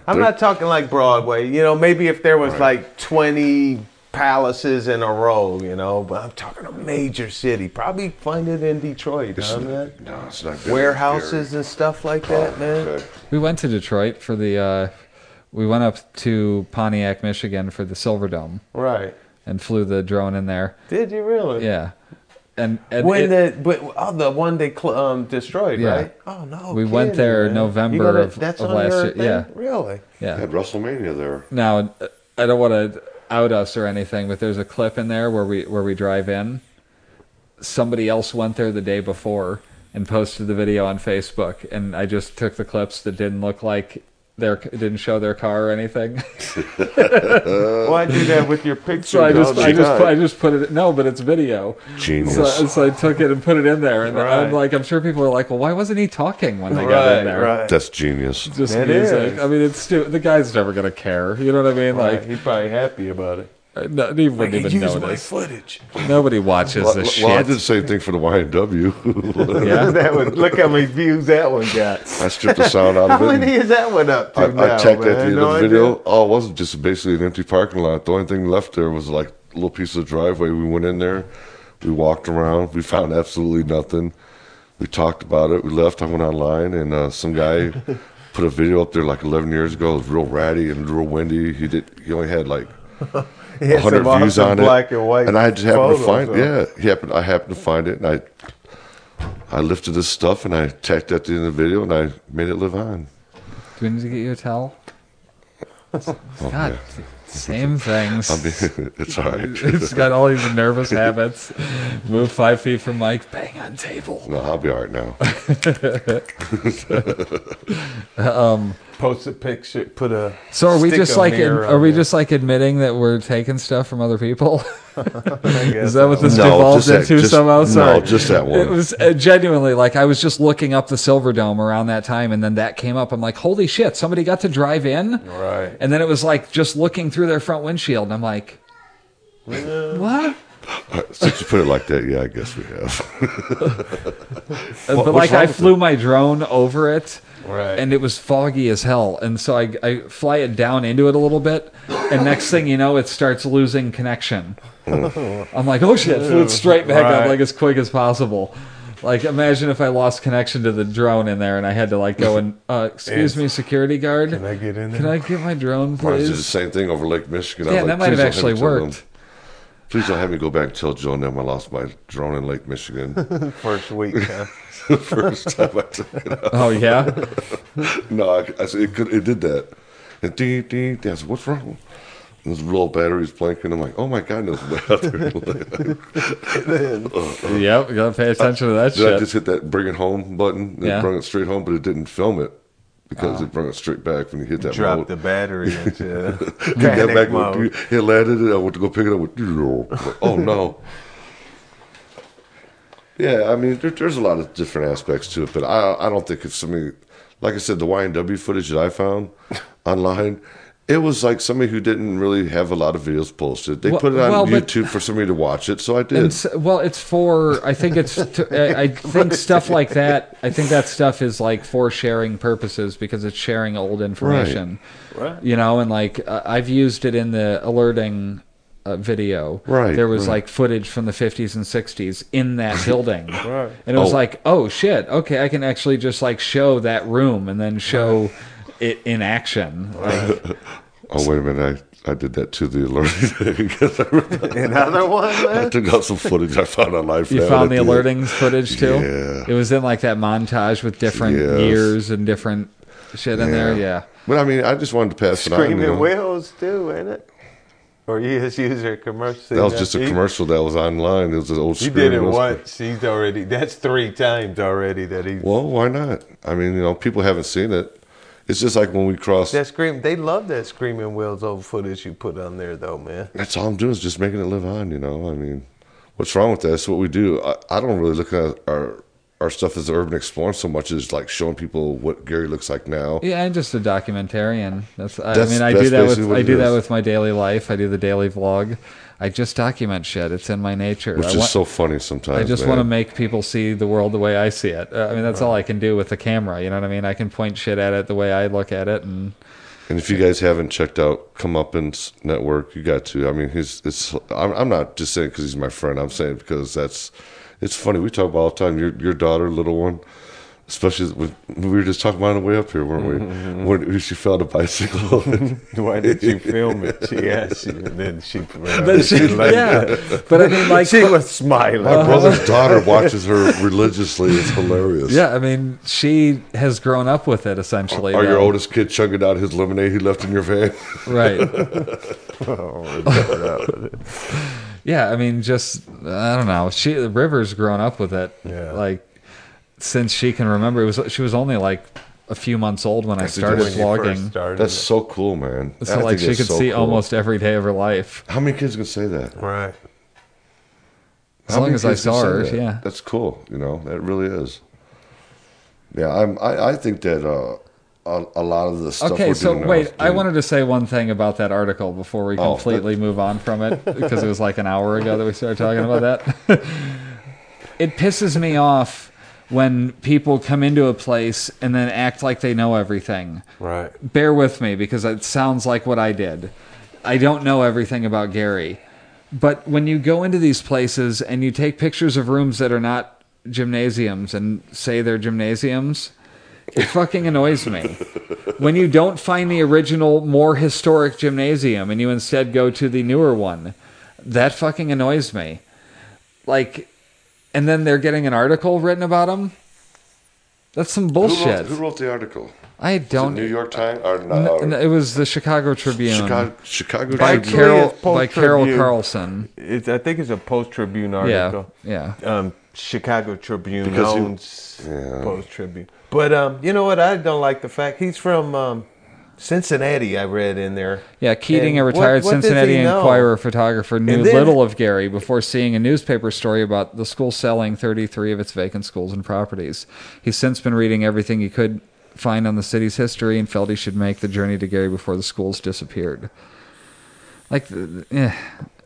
Speaker 1: I'm not talking like Broadway. You know, maybe if there was like 20 palaces in a row, you know, but I'm talking a major city. Probably find it in Detroit, huh, man?
Speaker 2: No, it's not. good.
Speaker 1: Warehouses and stuff like that, man.
Speaker 2: Okay.
Speaker 3: We went to Detroit for the. Uh, we went up to Pontiac, Michigan for the Silver Dome
Speaker 1: Right.
Speaker 3: and flew the drone in there.
Speaker 1: Did you really?
Speaker 3: Yeah, and, and
Speaker 1: When
Speaker 3: it-
Speaker 1: the but oh, the one they cl- um, destroyed,
Speaker 3: Yeah.
Speaker 1: right? Oh no,
Speaker 3: We went
Speaker 1: kidding,
Speaker 3: there
Speaker 1: man. You
Speaker 3: November
Speaker 1: gonna-
Speaker 3: of-
Speaker 1: that's
Speaker 3: of
Speaker 1: on
Speaker 3: last
Speaker 1: your
Speaker 3: year,
Speaker 1: thing?
Speaker 3: yeah.
Speaker 1: really.
Speaker 2: They
Speaker 3: yeah.
Speaker 2: Had WrestleMania there.
Speaker 3: Now uh, I don't want to out us or anything, but there's a clip in there where we where we drive in. Somebody else went there the day before and posted the video on Facebook, and I just took the clips that didn't look like their didn't show their car or anything.
Speaker 1: Why do that with your picture?
Speaker 3: so I just
Speaker 1: though?
Speaker 3: I just
Speaker 1: Like,
Speaker 3: I just put it no, but it's video.
Speaker 2: Genius.
Speaker 3: So, so I took it and put it in there, and I'm
Speaker 1: Right.
Speaker 3: like, I'm sure people are like, well, why wasn't he talking when they got in
Speaker 1: right,
Speaker 3: there?
Speaker 1: right.
Speaker 2: That's genius.
Speaker 3: Just
Speaker 1: It
Speaker 3: music.
Speaker 1: is.
Speaker 3: I mean, it's stupid. The guy's never gonna care. You know what I mean?
Speaker 1: Right.
Speaker 3: Like,
Speaker 1: he's probably happy about it.
Speaker 3: uh, no, he wouldn't
Speaker 1: Like,
Speaker 3: even
Speaker 1: use my
Speaker 3: notice.
Speaker 1: footage.
Speaker 3: Nobody watches
Speaker 2: Well,
Speaker 3: this shit.
Speaker 2: well, I did the same thing for the YNW.
Speaker 3: yeah.
Speaker 1: that one, look how many views that one got.
Speaker 2: I stripped the sound out of
Speaker 1: How
Speaker 2: it.
Speaker 1: many is that one up to
Speaker 2: I,
Speaker 1: now?
Speaker 2: I checked
Speaker 1: man?
Speaker 2: at the end
Speaker 1: No
Speaker 2: of the video.
Speaker 1: idea.
Speaker 2: Oh, it wasn't just basically an empty parking lot. The only thing left there was like a little piece of driveway. We went in there, we walked around, we found absolutely nothing. We talked about it. We left. I went online, and uh, some guy put a video up there like 11 years ago. It was real ratty and real windy. He did. He only had like
Speaker 1: He had
Speaker 2: hundred
Speaker 1: some
Speaker 2: views
Speaker 1: awesome
Speaker 2: on
Speaker 1: black
Speaker 2: it,
Speaker 1: and white.
Speaker 2: I just happened to
Speaker 1: photos
Speaker 2: find.
Speaker 1: of it.
Speaker 2: Yeah, he happened. I happened to find it, and I, I lifted this stuff, and I tacked that to the end of the video, and I made it live on.
Speaker 3: Do we need to get you a towel?
Speaker 2: Oh,
Speaker 3: God,
Speaker 2: yeah.
Speaker 3: same things.
Speaker 2: I mean, it's all right.
Speaker 3: it's got all these nervous habits. Move five feet from Mike. Bang on table.
Speaker 2: No, I'll be all right now.
Speaker 1: Post a picture. Put a.
Speaker 3: So are we
Speaker 1: stick
Speaker 3: just
Speaker 1: a
Speaker 3: like ad-
Speaker 1: mirror
Speaker 3: are
Speaker 1: on
Speaker 3: we
Speaker 1: there.
Speaker 3: just like admitting that we're taking stuff from other people?
Speaker 1: I guess
Speaker 3: Is that what this
Speaker 2: No,
Speaker 3: devolved
Speaker 2: just that-
Speaker 3: into
Speaker 2: just-
Speaker 3: somehow?
Speaker 2: no,
Speaker 3: Sorry.
Speaker 2: just that one.
Speaker 3: It was uh, genuinely like I was just looking up the Silver Dome around that time, and then that came up. I'm like, holy shit! Somebody got to drive in,
Speaker 1: Right.
Speaker 3: And then it was like just looking through their front windshield, and I'm like, what?
Speaker 2: Since you put it like that, yeah, I guess we have.
Speaker 3: Uh,
Speaker 2: What- what's
Speaker 3: but like I
Speaker 2: wrong with
Speaker 3: flew my drone over it,
Speaker 1: Right.
Speaker 3: and it was foggy as hell. And so I, I fly it down into it a little bit, and next thing you know, it starts losing connection.
Speaker 2: Hmm.
Speaker 3: I'm like, oh shit! Flew it straight back up
Speaker 1: Right.
Speaker 3: like as quick as possible. Like imagine if I lost connection to the drone in there, and I had to like go and uh, excuse me, security guard.
Speaker 1: Can I get in there?
Speaker 3: Can I get my drone,
Speaker 2: I did the
Speaker 3: please?
Speaker 2: same thing over Lake Michigan. I
Speaker 3: Yeah,
Speaker 2: was
Speaker 3: that
Speaker 2: like,
Speaker 3: might have
Speaker 2: "Please don't me
Speaker 3: actually
Speaker 2: tell them-
Speaker 3: worked.
Speaker 2: Please don't have me go back and tell Joe them I lost my drone in Lake Michigan.
Speaker 1: First week. huh?
Speaker 2: the first time I took it out.
Speaker 3: Oh yeah.
Speaker 2: No, I, I said, it, could, it did that. And ding, ding, ding. I said, what's wrong? And this little battery's blinking. I'm like, oh my God, no, Did
Speaker 3: Yep, you gotta pay attention to that
Speaker 2: I
Speaker 3: shit.
Speaker 2: just hit that bring it home button? It
Speaker 3: Yeah.
Speaker 2: brought it straight home, but it didn't film it because it brought it straight back when you hit that
Speaker 1: Drop
Speaker 2: mode.
Speaker 1: the battery into
Speaker 2: He got
Speaker 1: panic
Speaker 2: back
Speaker 1: mode.
Speaker 2: with, he landed it. I went to go pick it up with. Oh no. yeah, I mean, there, there's a lot of different aspects to it, but I I don't think it's something. Like I said, the YNW footage that I found online, It was like somebody who didn't really have a lot of videos posted. They
Speaker 3: Well-
Speaker 2: put it on
Speaker 3: well, but-
Speaker 2: YouTube for somebody to watch it, so I did.
Speaker 3: And so, well, it's for. I think it's. To, I, I think stuff like that. I think that stuff is like for sharing purposes because it's sharing old information.
Speaker 1: Right.
Speaker 3: You know, and like uh, I've used it in the alerting uh, video.
Speaker 2: Right,
Speaker 3: There was
Speaker 2: right.
Speaker 3: like footage from the 50s and 60s in that building.
Speaker 1: Right.
Speaker 3: And it was
Speaker 2: Oh.
Speaker 3: like, oh shit, okay, I can actually just like show that room and then show it in action. Like,
Speaker 2: oh wait a minute, I, I did that to the alerting because I,
Speaker 1: Another one,
Speaker 2: I
Speaker 1: man.
Speaker 2: took out some footage I found online. For
Speaker 3: You
Speaker 2: that
Speaker 3: found
Speaker 2: and
Speaker 3: the
Speaker 2: I did.
Speaker 3: alertings footage too.
Speaker 2: Yeah.
Speaker 3: It was in like that montage with different
Speaker 2: Yes.
Speaker 3: years and different shit in there. Yeah.
Speaker 2: But I mean, I just wanted to pass it on. you
Speaker 1: Screaming
Speaker 2: know.
Speaker 1: Wills too, ain't it? Or you just use her commercial.
Speaker 2: That was just a
Speaker 1: You-
Speaker 2: commercial that was online. It was an old.
Speaker 1: You did it
Speaker 2: Screaming Wills-
Speaker 1: once. He's already. That's three times already that he.
Speaker 2: Well, why not? I mean, you know, people haven't seen it. It's just like when we crossed.
Speaker 1: That scream. They love that screaming Wills old footage you put on there, though, man.
Speaker 2: That's all I'm doing is just making it live on. You know, I mean, what's wrong with that? That's what we do. I, I don't really look at our our stuff as urban exploring so much as like showing people what Gary looks like now.
Speaker 3: Yeah, I'm just a documentarian. That's, I, I
Speaker 2: That's-
Speaker 3: mean, I
Speaker 2: that's
Speaker 3: do that with
Speaker 2: basically what
Speaker 3: I
Speaker 2: it
Speaker 3: do that
Speaker 2: is.
Speaker 3: with my daily life. I do the daily vlog. I just document shit. It's in my nature.
Speaker 2: Which
Speaker 3: I
Speaker 2: is
Speaker 3: want-
Speaker 2: so funny sometimes.
Speaker 3: I just
Speaker 2: man.
Speaker 3: want to make people see the world the way I see it. Uh, I mean, that's all I can do with the camera. You know what I mean? I can point shit at it the way I look at it, and
Speaker 2: And if you guys haven't checked out Come Up and S- Network, you got to. I mean, he's it's. I'm, I'm not just saying because he's my friend. I'm saying because that's. It's funny. We talk about all the time. Your your daughter, little one, especially with, we were just talking about on the way up here, weren't we?
Speaker 3: Mm-hmm.
Speaker 2: When she fell on a bicycle.
Speaker 1: Why did you film it? She asked you, and then she.
Speaker 3: yeah. But I mean, like,
Speaker 1: She was smiling.
Speaker 3: Uh-huh.
Speaker 2: my brother's daughter watches her religiously. It's hilarious.
Speaker 3: yeah. I mean, she has grown up with it essentially.
Speaker 2: Are your
Speaker 3: though.
Speaker 2: oldest kid chugging out his lemonade he left in your van?
Speaker 3: right yeah i mean just i don't know she river's grown up with it
Speaker 1: Yeah.
Speaker 3: like since she can remember it was she was only like a few months old when i started
Speaker 1: When you first
Speaker 3: vlogging
Speaker 1: started
Speaker 2: That's
Speaker 1: it.
Speaker 2: so cool, man. I
Speaker 3: so
Speaker 2: think
Speaker 3: like she
Speaker 2: that's
Speaker 3: could
Speaker 2: so
Speaker 3: see
Speaker 2: cool.
Speaker 3: almost every day of her life
Speaker 2: How many kids can say that?
Speaker 1: right.
Speaker 3: as
Speaker 2: How
Speaker 3: long
Speaker 2: many
Speaker 3: as i
Speaker 2: kids can
Speaker 3: saw
Speaker 2: say
Speaker 3: her
Speaker 2: that?
Speaker 3: yeah
Speaker 2: that's cool. You know, that really is. Yeah, I'm. I, I think that uh, a, a lot of the stuff.
Speaker 3: Okay,
Speaker 2: we're
Speaker 3: so
Speaker 2: doing now
Speaker 3: wait,
Speaker 2: is
Speaker 3: I
Speaker 2: doing-
Speaker 3: wanted to say one thing about that article before we
Speaker 2: Oh,
Speaker 3: completely move on from it because it was like an hour ago that we started talking about that. it pisses me off when people come into a place and then act like they know everything.
Speaker 1: Right.
Speaker 3: Bear with me because it sounds like what I did. I don't know everything about Gary. But when you go into these places and you take pictures of rooms that are not gymnasiums and say they're gymnasiums, it fucking annoys me. When you don't find the original, more historic gymnasium and you instead go to the newer one, that fucking annoys me. Like, and then they're getting an article written about them? That's some
Speaker 2: Who wrote,
Speaker 3: bullshit.
Speaker 2: who wrote the article?
Speaker 3: I
Speaker 2: The
Speaker 3: don't.
Speaker 2: New York Times or
Speaker 3: N-
Speaker 2: not?
Speaker 3: n-
Speaker 2: or
Speaker 3: it was the Chicago Tribune
Speaker 2: Chicago, Chicago
Speaker 3: by
Speaker 1: Actually,
Speaker 3: Carol
Speaker 1: it's Post
Speaker 3: by Carol
Speaker 1: Tribune.
Speaker 3: Carlson.
Speaker 1: It's, I think it's a Post Tribune article.
Speaker 3: Yeah,
Speaker 1: Um, Chicago Tribune
Speaker 2: Because he-
Speaker 1: owns
Speaker 2: Yeah.
Speaker 1: Post Tribune. But um, you know what? I don't like the fact he's from um, Cincinnati. I read in there.
Speaker 3: yeah.
Speaker 1: And
Speaker 3: Keating, a
Speaker 1: what-
Speaker 3: retired
Speaker 1: what does he
Speaker 3: Cincinnati
Speaker 1: know?
Speaker 3: Enquirer photographer, knew
Speaker 1: then-
Speaker 3: little of Gary before seeing a newspaper story about the school selling 33 of its vacant schools and properties. He's since been reading everything he could find on the city's history and felt he should make the journey to Gary before the schools disappeared. Like, th- eh.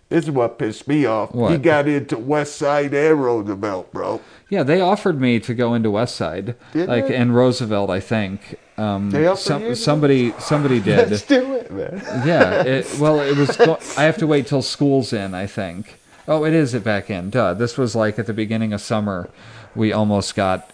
Speaker 4: This is what pissed me off. He
Speaker 3: What?
Speaker 4: got into West Side and Roosevelt, bro.
Speaker 3: yeah, they offered me to go into West Side,
Speaker 4: Did
Speaker 3: like
Speaker 4: they?
Speaker 3: and Roosevelt, I think. Um,
Speaker 4: They offered
Speaker 3: some-
Speaker 4: you to-
Speaker 3: somebody, somebody did.
Speaker 1: Let's do it, man.
Speaker 3: yeah. It, well, it was. Go- I have to wait till school's in. I think. Oh, it is at back in. Duh. This was like at the beginning of summer. We almost got.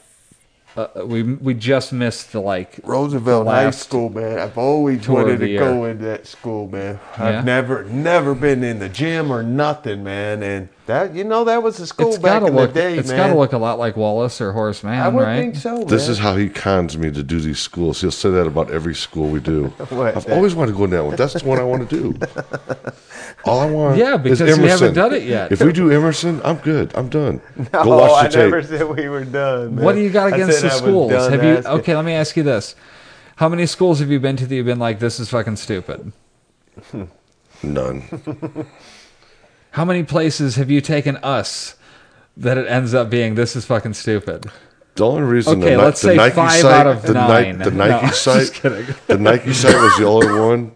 Speaker 3: Uh, we we just missed the like.
Speaker 4: Roosevelt High
Speaker 3: Last
Speaker 4: School, man. I've always
Speaker 3: tour of
Speaker 4: wanted
Speaker 3: the
Speaker 4: to
Speaker 3: year.
Speaker 4: go in that school, man.
Speaker 3: Yeah.
Speaker 1: I've never, never been in the gym or nothing, man. And that, you know, that was a school
Speaker 3: It's
Speaker 1: back
Speaker 3: gotta
Speaker 1: in
Speaker 3: look.
Speaker 1: the day,
Speaker 3: it's
Speaker 1: man.
Speaker 3: gotta look a lot like Wallace or Horace Mann,
Speaker 1: I would
Speaker 3: right?
Speaker 1: think so. Man.
Speaker 2: This is how he cons me to do these schools. He'll say that about every school we do.
Speaker 1: What?
Speaker 2: I've always wanted to go in that one. That's the one I want to do. All I want.
Speaker 3: Yeah,
Speaker 2: is
Speaker 3: because we
Speaker 2: Emerson.
Speaker 3: haven't done it yet.
Speaker 2: If we do Emerson, I'm good. I'm done.
Speaker 1: No,
Speaker 2: go watch the
Speaker 1: Oh, I
Speaker 2: tape.
Speaker 1: never said we were done. man.
Speaker 3: What do you got
Speaker 1: I
Speaker 3: against
Speaker 1: said
Speaker 3: the
Speaker 1: I was
Speaker 3: schools?
Speaker 1: done
Speaker 3: Have you
Speaker 1: asking.
Speaker 3: okay? Let me ask you this: How many schools have you been to that you've been like, "This is fucking stupid"?
Speaker 2: None.
Speaker 3: How many places have you taken us that it ends up being, "This is fucking stupid"?
Speaker 2: The only reason
Speaker 3: Okay,
Speaker 2: the, Ni-
Speaker 3: let's
Speaker 2: the
Speaker 3: say
Speaker 2: Nike
Speaker 3: five
Speaker 2: site,
Speaker 3: out of
Speaker 2: the, Ni-
Speaker 3: nine.
Speaker 2: the
Speaker 3: No,
Speaker 2: Nike
Speaker 3: just
Speaker 2: site,
Speaker 3: kidding.
Speaker 2: the Nike site was the only one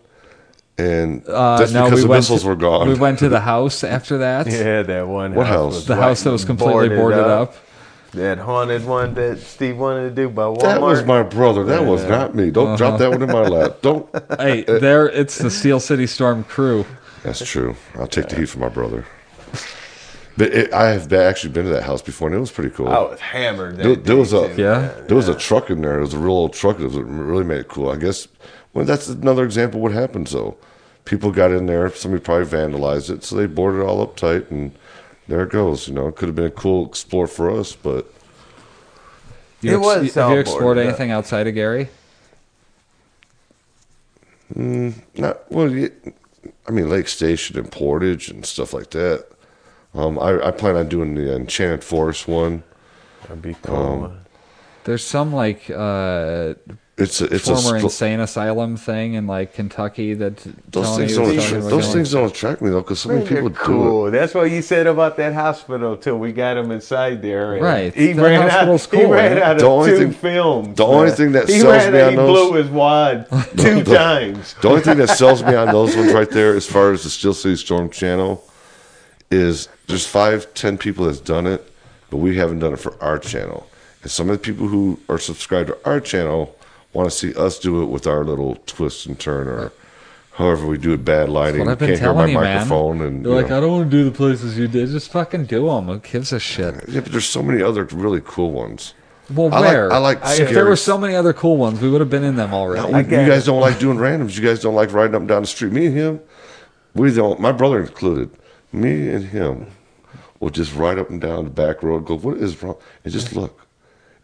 Speaker 2: and
Speaker 3: Uh,
Speaker 2: that's
Speaker 3: no,
Speaker 2: because
Speaker 3: we
Speaker 2: the
Speaker 3: went
Speaker 2: missiles
Speaker 3: to-
Speaker 2: were gone.
Speaker 3: We went to the house after that.
Speaker 1: Yeah, that one.
Speaker 2: What house?
Speaker 1: was
Speaker 3: The
Speaker 1: whack-
Speaker 3: house that was completely boarded, up.
Speaker 1: That haunted one that Steve wanted to do by Walmart.
Speaker 2: that was my brother. That was
Speaker 1: Yeah.
Speaker 2: not me. Don't
Speaker 3: Uh-huh.
Speaker 2: drop that one in my lap. Don't.
Speaker 3: hey, there it's the Steel City Storm crew.
Speaker 2: That's true. I'll take the heat for my brother. But it, I have been, actually been to that house before, and it was pretty cool.
Speaker 1: I was hammered. That
Speaker 2: There, there was
Speaker 1: day,
Speaker 2: a
Speaker 1: too.
Speaker 3: Yeah.
Speaker 2: there was a truck in there. It was a real old truck. It was, it really made it cool. I guess. Well, that's another example of what happened. So, people got in there. Somebody probably vandalized it, so they boarded it all up tight, and there it goes. You know, it could have been a cool explore for us, but
Speaker 3: You
Speaker 1: It
Speaker 3: ex-
Speaker 1: was
Speaker 3: Have
Speaker 1: all
Speaker 3: you explored
Speaker 1: boarded up.
Speaker 3: anything outside of Gary?
Speaker 2: not well. You, I mean, Lake Station and Portage and stuff like that. Um, I, I plan on doing the Enchanted Forest one.
Speaker 1: That'd be cool.
Speaker 3: There's some like uh,
Speaker 2: It's a, it's
Speaker 3: former
Speaker 2: a spl-
Speaker 3: insane asylum thing in like Kentucky that
Speaker 2: those
Speaker 3: Tony
Speaker 2: things
Speaker 3: was
Speaker 2: don't
Speaker 3: telling
Speaker 2: attra-
Speaker 3: me
Speaker 2: those
Speaker 3: about.
Speaker 2: things don't attract me though because so many
Speaker 1: They're
Speaker 2: people do it.
Speaker 1: cool. That's what you said about that hospital till we got him inside there. and
Speaker 3: Right.
Speaker 1: He
Speaker 3: That
Speaker 1: ran out.
Speaker 3: hospital's
Speaker 1: he
Speaker 3: cool,
Speaker 1: ran
Speaker 3: right?
Speaker 1: out of
Speaker 2: The only
Speaker 1: two
Speaker 2: thing-
Speaker 1: films.
Speaker 2: the
Speaker 1: man.
Speaker 2: only thing that
Speaker 1: he
Speaker 2: sells
Speaker 1: ran,
Speaker 2: me on
Speaker 1: He
Speaker 2: those-
Speaker 1: blew his wad two
Speaker 2: the-
Speaker 1: times.
Speaker 2: The only thing that sells me on those ones right there, as far as the Steel City Storm channel, is there's five, ten people that's done it, but we haven't done it for our channel. And some of the people who are subscribed to our channel want to see us do it with our little twist and turn or however we do it, bad lighting.
Speaker 3: What I've been
Speaker 2: Can't hear my
Speaker 3: telling you, man.
Speaker 2: microphone and
Speaker 3: They're
Speaker 2: you
Speaker 3: like,
Speaker 2: know.
Speaker 3: I don't want to do the places you did. Just fucking do them. Who gives a shit?
Speaker 2: yeah, but there's so many other really cool ones.
Speaker 3: Well,
Speaker 2: I like-
Speaker 3: where?
Speaker 2: I like
Speaker 3: If there
Speaker 2: scary-
Speaker 3: were so many other cool ones, we would have been in them already.
Speaker 2: You
Speaker 1: get
Speaker 2: guys don't like doing randoms. You guys don't like riding up and down the street. Me and him, we don't. My brother included. Me and him will just ride up and down the back road. Go, what is wrong? And just look.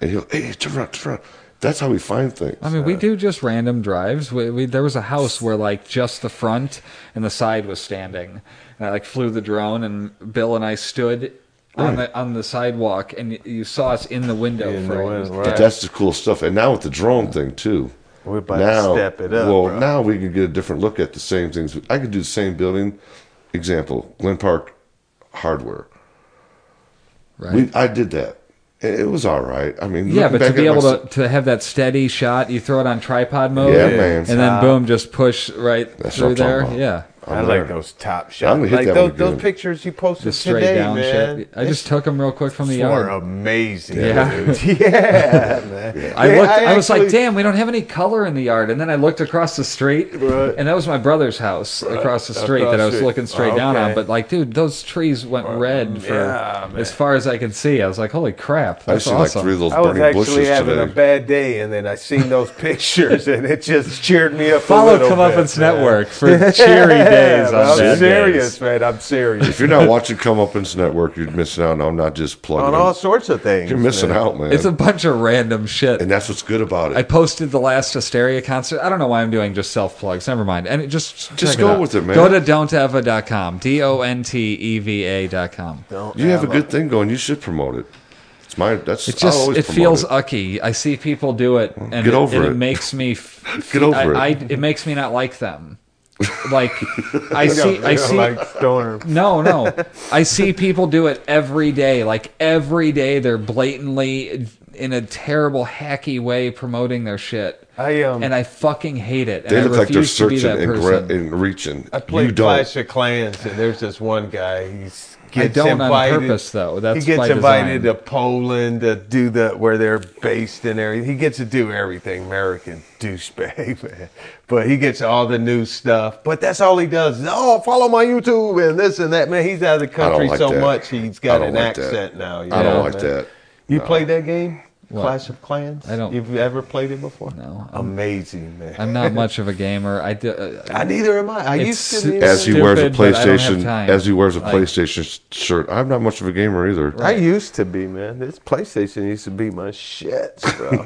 Speaker 2: And he'll, hey, turn around, turn around. That's how we find things.
Speaker 3: I mean, we do just random drives. We, we there was a house where like just the front and the side was standing, and I like flew the drone, and Bill and I stood on the on the sidewalk, and y- you saw us in the window
Speaker 1: In the
Speaker 3: frame.
Speaker 1: wind,
Speaker 2: But
Speaker 1: right.
Speaker 2: that's the cool stuff. And now with the drone thing too.
Speaker 1: We're about to step it up,
Speaker 2: Well,
Speaker 1: bro.
Speaker 2: now we can get a different look at the same things. I could do the same building. Example: Glen Park Hardware.
Speaker 3: Right.
Speaker 2: We, I did that. It it was all right. I mean,
Speaker 3: yeah,
Speaker 2: looking
Speaker 3: but to
Speaker 2: back
Speaker 3: be
Speaker 2: at
Speaker 3: able
Speaker 2: my-
Speaker 3: to, to have that steady shot, you throw it on tripod mode,
Speaker 2: Yeah, man.
Speaker 3: and then boom, just push right
Speaker 2: That's what
Speaker 3: through
Speaker 2: I'm talking
Speaker 3: there.
Speaker 2: about.
Speaker 3: Yeah,
Speaker 1: i
Speaker 2: I'm
Speaker 1: like
Speaker 2: there.
Speaker 1: those top
Speaker 2: I'm
Speaker 1: shots.
Speaker 2: gonna hit
Speaker 1: Like
Speaker 2: that
Speaker 1: those,
Speaker 2: one
Speaker 1: those
Speaker 2: good.
Speaker 1: pictures you posted
Speaker 3: just straight
Speaker 1: today,
Speaker 3: down
Speaker 1: man.
Speaker 3: shit. I just took them real quick from
Speaker 1: were
Speaker 3: the yard.
Speaker 1: amazing.
Speaker 3: Yeah.
Speaker 1: dude. Yeah, man.
Speaker 3: I
Speaker 1: They-
Speaker 3: looked. I, was like,
Speaker 1: actually-
Speaker 3: "Damn, we don't have any color in the yard." And then I looked across the street,
Speaker 1: Right.
Speaker 3: and that was my brother's house across the street that I was
Speaker 1: street.
Speaker 3: looking straight
Speaker 1: Oh,
Speaker 3: down on.
Speaker 1: okay. Mm,
Speaker 3: But like, dude, those trees went red for
Speaker 1: yeah, man.
Speaker 3: as far as I could see. I was like, "Holy crap,
Speaker 2: I've
Speaker 3: that's
Speaker 2: seen like
Speaker 3: awesome!"
Speaker 2: three of those
Speaker 1: I was
Speaker 2: burning
Speaker 1: actually
Speaker 2: bushes
Speaker 1: having
Speaker 2: today.
Speaker 1: a bad day, and then I seen those pictures, and it just cheered me up. a
Speaker 3: Follow
Speaker 1: little bit,
Speaker 3: Comeuppance
Speaker 1: man.
Speaker 3: Network for cheery days
Speaker 1: Yeah,
Speaker 3: on
Speaker 1: I'm
Speaker 3: that.
Speaker 1: serious, man. I'm serious
Speaker 2: if you're not watching Come Up Ins Network, you're missing out. No, I'm not just plugging.
Speaker 1: on
Speaker 2: in.
Speaker 1: all sorts of things.
Speaker 2: you're missing
Speaker 1: man.
Speaker 2: out, man.
Speaker 3: It's a bunch of random shit.
Speaker 2: and that's what's good about it.
Speaker 3: I posted the last Hysteria concert. I don't know why I'm doing just self plugs. Never mind. And it just
Speaker 2: Just
Speaker 3: check
Speaker 2: go
Speaker 3: out.
Speaker 2: with it, man.
Speaker 3: Go to don'teva.com. D O N T E V A dot com.
Speaker 1: Don't
Speaker 2: you have a good thing going. You should promote it. It's my. That's.
Speaker 3: It
Speaker 2: I
Speaker 3: just
Speaker 2: always
Speaker 3: it
Speaker 2: promote
Speaker 3: feels
Speaker 2: it.
Speaker 3: ucky. I see people do it, and
Speaker 2: get over
Speaker 3: and it.
Speaker 2: it.
Speaker 3: makes me f-
Speaker 2: Get over
Speaker 3: I,
Speaker 2: it.
Speaker 3: I, it makes me not like them. Like I see, I see.
Speaker 1: Like Storm.
Speaker 3: No, no. I see people do it every day. Like every day, they're blatantly in a terrible hacky way promoting their shit,
Speaker 1: I um.
Speaker 3: and I fucking hate it. And
Speaker 2: They
Speaker 3: I
Speaker 2: look like they're
Speaker 3: refuse to be
Speaker 2: searching
Speaker 3: that
Speaker 2: and,
Speaker 3: person.
Speaker 2: gra- and reaching.
Speaker 1: I played
Speaker 2: you don't.
Speaker 1: Clash of Clans, and there's this one guy. He's
Speaker 3: I
Speaker 1: gets
Speaker 3: don't on
Speaker 1: invited.
Speaker 3: purpose, though. That's
Speaker 1: he gets
Speaker 3: by
Speaker 1: invited
Speaker 3: design.
Speaker 1: to Poland to do the where they're based and everything. He gets to do everything, American douchebag, man. But he gets all the new stuff. But that's all he does. Oh, follow my YouTube and this and that, man. He's out of the country
Speaker 2: like
Speaker 1: so
Speaker 2: that.
Speaker 1: much. He's
Speaker 2: I
Speaker 1: got
Speaker 2: don't
Speaker 1: an
Speaker 2: like that.
Speaker 1: accent now. you
Speaker 2: I
Speaker 1: know,
Speaker 2: don't like
Speaker 1: man.
Speaker 2: that.
Speaker 1: You played that game, Clash of Clans?
Speaker 3: I don't-
Speaker 1: You've ever played it before?
Speaker 3: No, I'm-
Speaker 1: Amazing, man.
Speaker 3: I'm not much of a gamer. I do. Uh,
Speaker 1: I neither am I. I
Speaker 3: It's
Speaker 1: used to. be.
Speaker 3: su-
Speaker 2: As he wears a
Speaker 3: Stupid, but I don't have
Speaker 2: PlayStation,
Speaker 3: time.
Speaker 2: as he wears a
Speaker 3: Like-
Speaker 2: PlayStation sh- shirt, I'm not much of a gamer either.
Speaker 1: I used to be, man. This PlayStation used to be my shit, bro.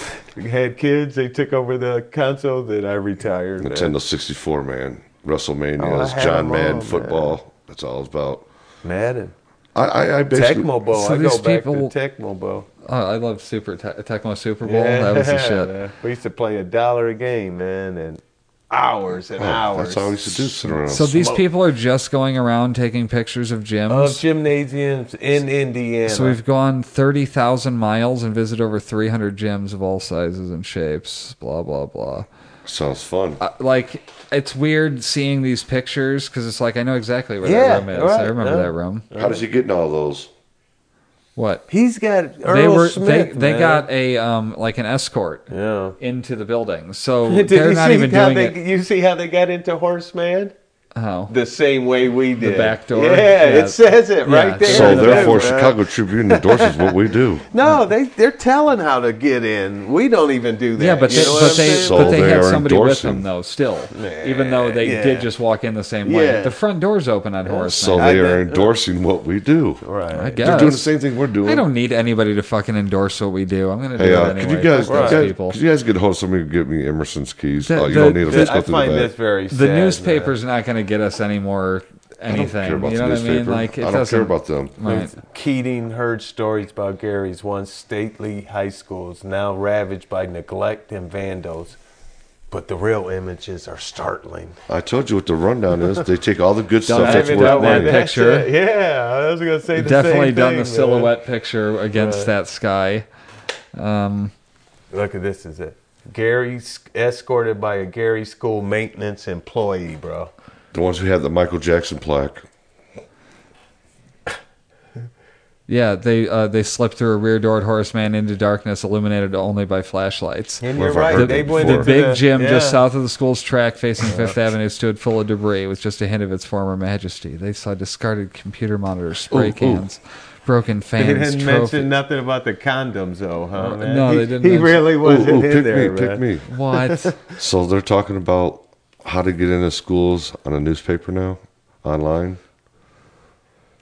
Speaker 1: we had kids, they took over the console, then I retired. man.
Speaker 2: Nintendo 64, man.
Speaker 1: Oh, I
Speaker 2: WrestleMania,
Speaker 1: had
Speaker 2: John
Speaker 1: them all,
Speaker 2: Madden
Speaker 1: man.
Speaker 2: football. That's all it's about.
Speaker 1: Madden.
Speaker 2: I, I, I basically.
Speaker 1: Tecmo Bowl.
Speaker 3: So
Speaker 1: I
Speaker 3: these
Speaker 1: go back
Speaker 3: people-
Speaker 1: to Tecmo Bowl.
Speaker 3: oh, I love Super Te- Tecmo Super Bowl. that was the shit.
Speaker 1: man. We used to play a dollar a game, man, and hours
Speaker 3: Oh,
Speaker 1: and hours.
Speaker 2: Oh, That's all we used to do. Sit
Speaker 1: Oh,
Speaker 2: around.
Speaker 3: So these people are just going around taking pictures of
Speaker 1: Of
Speaker 3: gyms.
Speaker 1: gymnasiums in Indiana.
Speaker 3: so we've gone 30,000 miles and visited over 300 gyms of all sizes and shapes, blah, blah, blah.
Speaker 2: Sounds fun.
Speaker 3: uh, like it's weird seeing these pictures because it's like I know exactly where
Speaker 1: Yeah,
Speaker 3: that room is.
Speaker 1: right,
Speaker 3: I remember
Speaker 1: yeah.
Speaker 3: that room.
Speaker 2: How does he get in all those?
Speaker 3: What
Speaker 1: He's got Earl
Speaker 3: they were
Speaker 1: Smith.
Speaker 3: they they
Speaker 1: man.
Speaker 3: got a um like an escort
Speaker 1: Yeah.
Speaker 3: into the building, so
Speaker 1: Did
Speaker 3: they're
Speaker 1: you
Speaker 3: not
Speaker 1: see
Speaker 3: even
Speaker 1: how
Speaker 3: doing
Speaker 1: they,
Speaker 3: it.
Speaker 1: You see how they got into Horseman?
Speaker 3: Oh,
Speaker 1: The same way we did.
Speaker 3: back door?
Speaker 1: Yeah,
Speaker 3: Yeah.
Speaker 1: it says it
Speaker 3: Yeah,
Speaker 1: right
Speaker 3: it's
Speaker 1: there.
Speaker 2: So
Speaker 1: in the
Speaker 2: therefore,
Speaker 1: back.
Speaker 2: Chicago Tribune endorses what we do.
Speaker 1: No, they they're telling how to get in. We don't even do that.
Speaker 3: yeah, but
Speaker 1: you
Speaker 3: they,
Speaker 1: know what
Speaker 3: but
Speaker 1: I'm
Speaker 3: they
Speaker 1: saying?
Speaker 2: So
Speaker 3: but they
Speaker 2: they
Speaker 3: had
Speaker 2: are
Speaker 3: somebody with
Speaker 2: endorsing-
Speaker 3: them though. Still, even though they
Speaker 1: yeah.
Speaker 3: did just walk in the same way,
Speaker 1: Yeah.
Speaker 3: the front door's open at Horace.
Speaker 2: So
Speaker 1: I
Speaker 2: they are
Speaker 1: bet.
Speaker 2: endorsing what we do.
Speaker 1: right.
Speaker 3: I
Speaker 2: They're doing the
Speaker 3: guess
Speaker 2: same thing we're doing.
Speaker 3: I don't need anybody to fucking endorse what we do. I'm gonna do
Speaker 2: Hey,
Speaker 3: it
Speaker 2: uh,
Speaker 3: anyway.
Speaker 2: could you guys,
Speaker 3: Fuck those
Speaker 2: could, you guys
Speaker 3: people.
Speaker 2: could you guys get hold of somebody to get me Emerson's keys?
Speaker 3: The-
Speaker 2: oh, you
Speaker 3: the-
Speaker 2: don't need them.
Speaker 3: the-
Speaker 2: Just
Speaker 1: I
Speaker 2: go through
Speaker 1: find
Speaker 2: the
Speaker 1: this
Speaker 2: back.
Speaker 1: very sad.
Speaker 3: the
Speaker 1: man.
Speaker 3: newspaper's not going to get us any more anything.
Speaker 2: I don't care about
Speaker 3: you know
Speaker 2: the
Speaker 3: what I
Speaker 2: newspaper.
Speaker 3: mean? Like it
Speaker 2: I don't
Speaker 3: doesn't.
Speaker 2: care about them.
Speaker 3: Right.
Speaker 1: Keating heard stories about Gary's once stately high schools now ravaged by neglect and vandals, but the real images are startling.
Speaker 2: I told you what the rundown is. They take all the good
Speaker 3: Don't
Speaker 2: stuff that's
Speaker 3: even
Speaker 2: worth
Speaker 3: know what
Speaker 2: money.
Speaker 3: that picture.
Speaker 1: That's it. Yeah, I was gonna say the
Speaker 3: Definitely
Speaker 1: same
Speaker 3: done
Speaker 1: thing,
Speaker 3: the
Speaker 1: man.
Speaker 3: silhouette picture against that sky. Um,
Speaker 1: Look at this. Is it Gary sc- escorted by a Gary school maintenance employee, bro?
Speaker 2: The ones who have the Michael Jackson plaque.
Speaker 3: yeah, they uh, they slipped through a rear door at Horace Man into darkness, illuminated only by flashlights.
Speaker 1: And
Speaker 2: Where
Speaker 1: you're
Speaker 2: have I
Speaker 1: right.
Speaker 2: heard
Speaker 1: they
Speaker 2: that
Speaker 1: went
Speaker 2: before?
Speaker 1: into
Speaker 3: The big
Speaker 1: the-
Speaker 3: gym just
Speaker 1: yeah.
Speaker 3: south of the school's track facing Fifth Avenue stood full of debris with just a hint of its former majesty. They saw discarded computer monitors, spray cans, broken
Speaker 1: They
Speaker 3: fans,
Speaker 1: didn't
Speaker 3: trophies.
Speaker 1: mention nothing about the condoms, though, huh?
Speaker 3: Uh,
Speaker 1: Man?
Speaker 3: no,
Speaker 1: he,
Speaker 3: they didn't
Speaker 1: He
Speaker 3: mention-
Speaker 1: really
Speaker 2: Ooh,
Speaker 1: wasn't
Speaker 2: ooh,
Speaker 1: in
Speaker 2: pick
Speaker 1: there,
Speaker 2: me,
Speaker 1: man.
Speaker 2: pick me.
Speaker 3: what?
Speaker 2: So they're talking about how to get into schools on a newspaper now, online.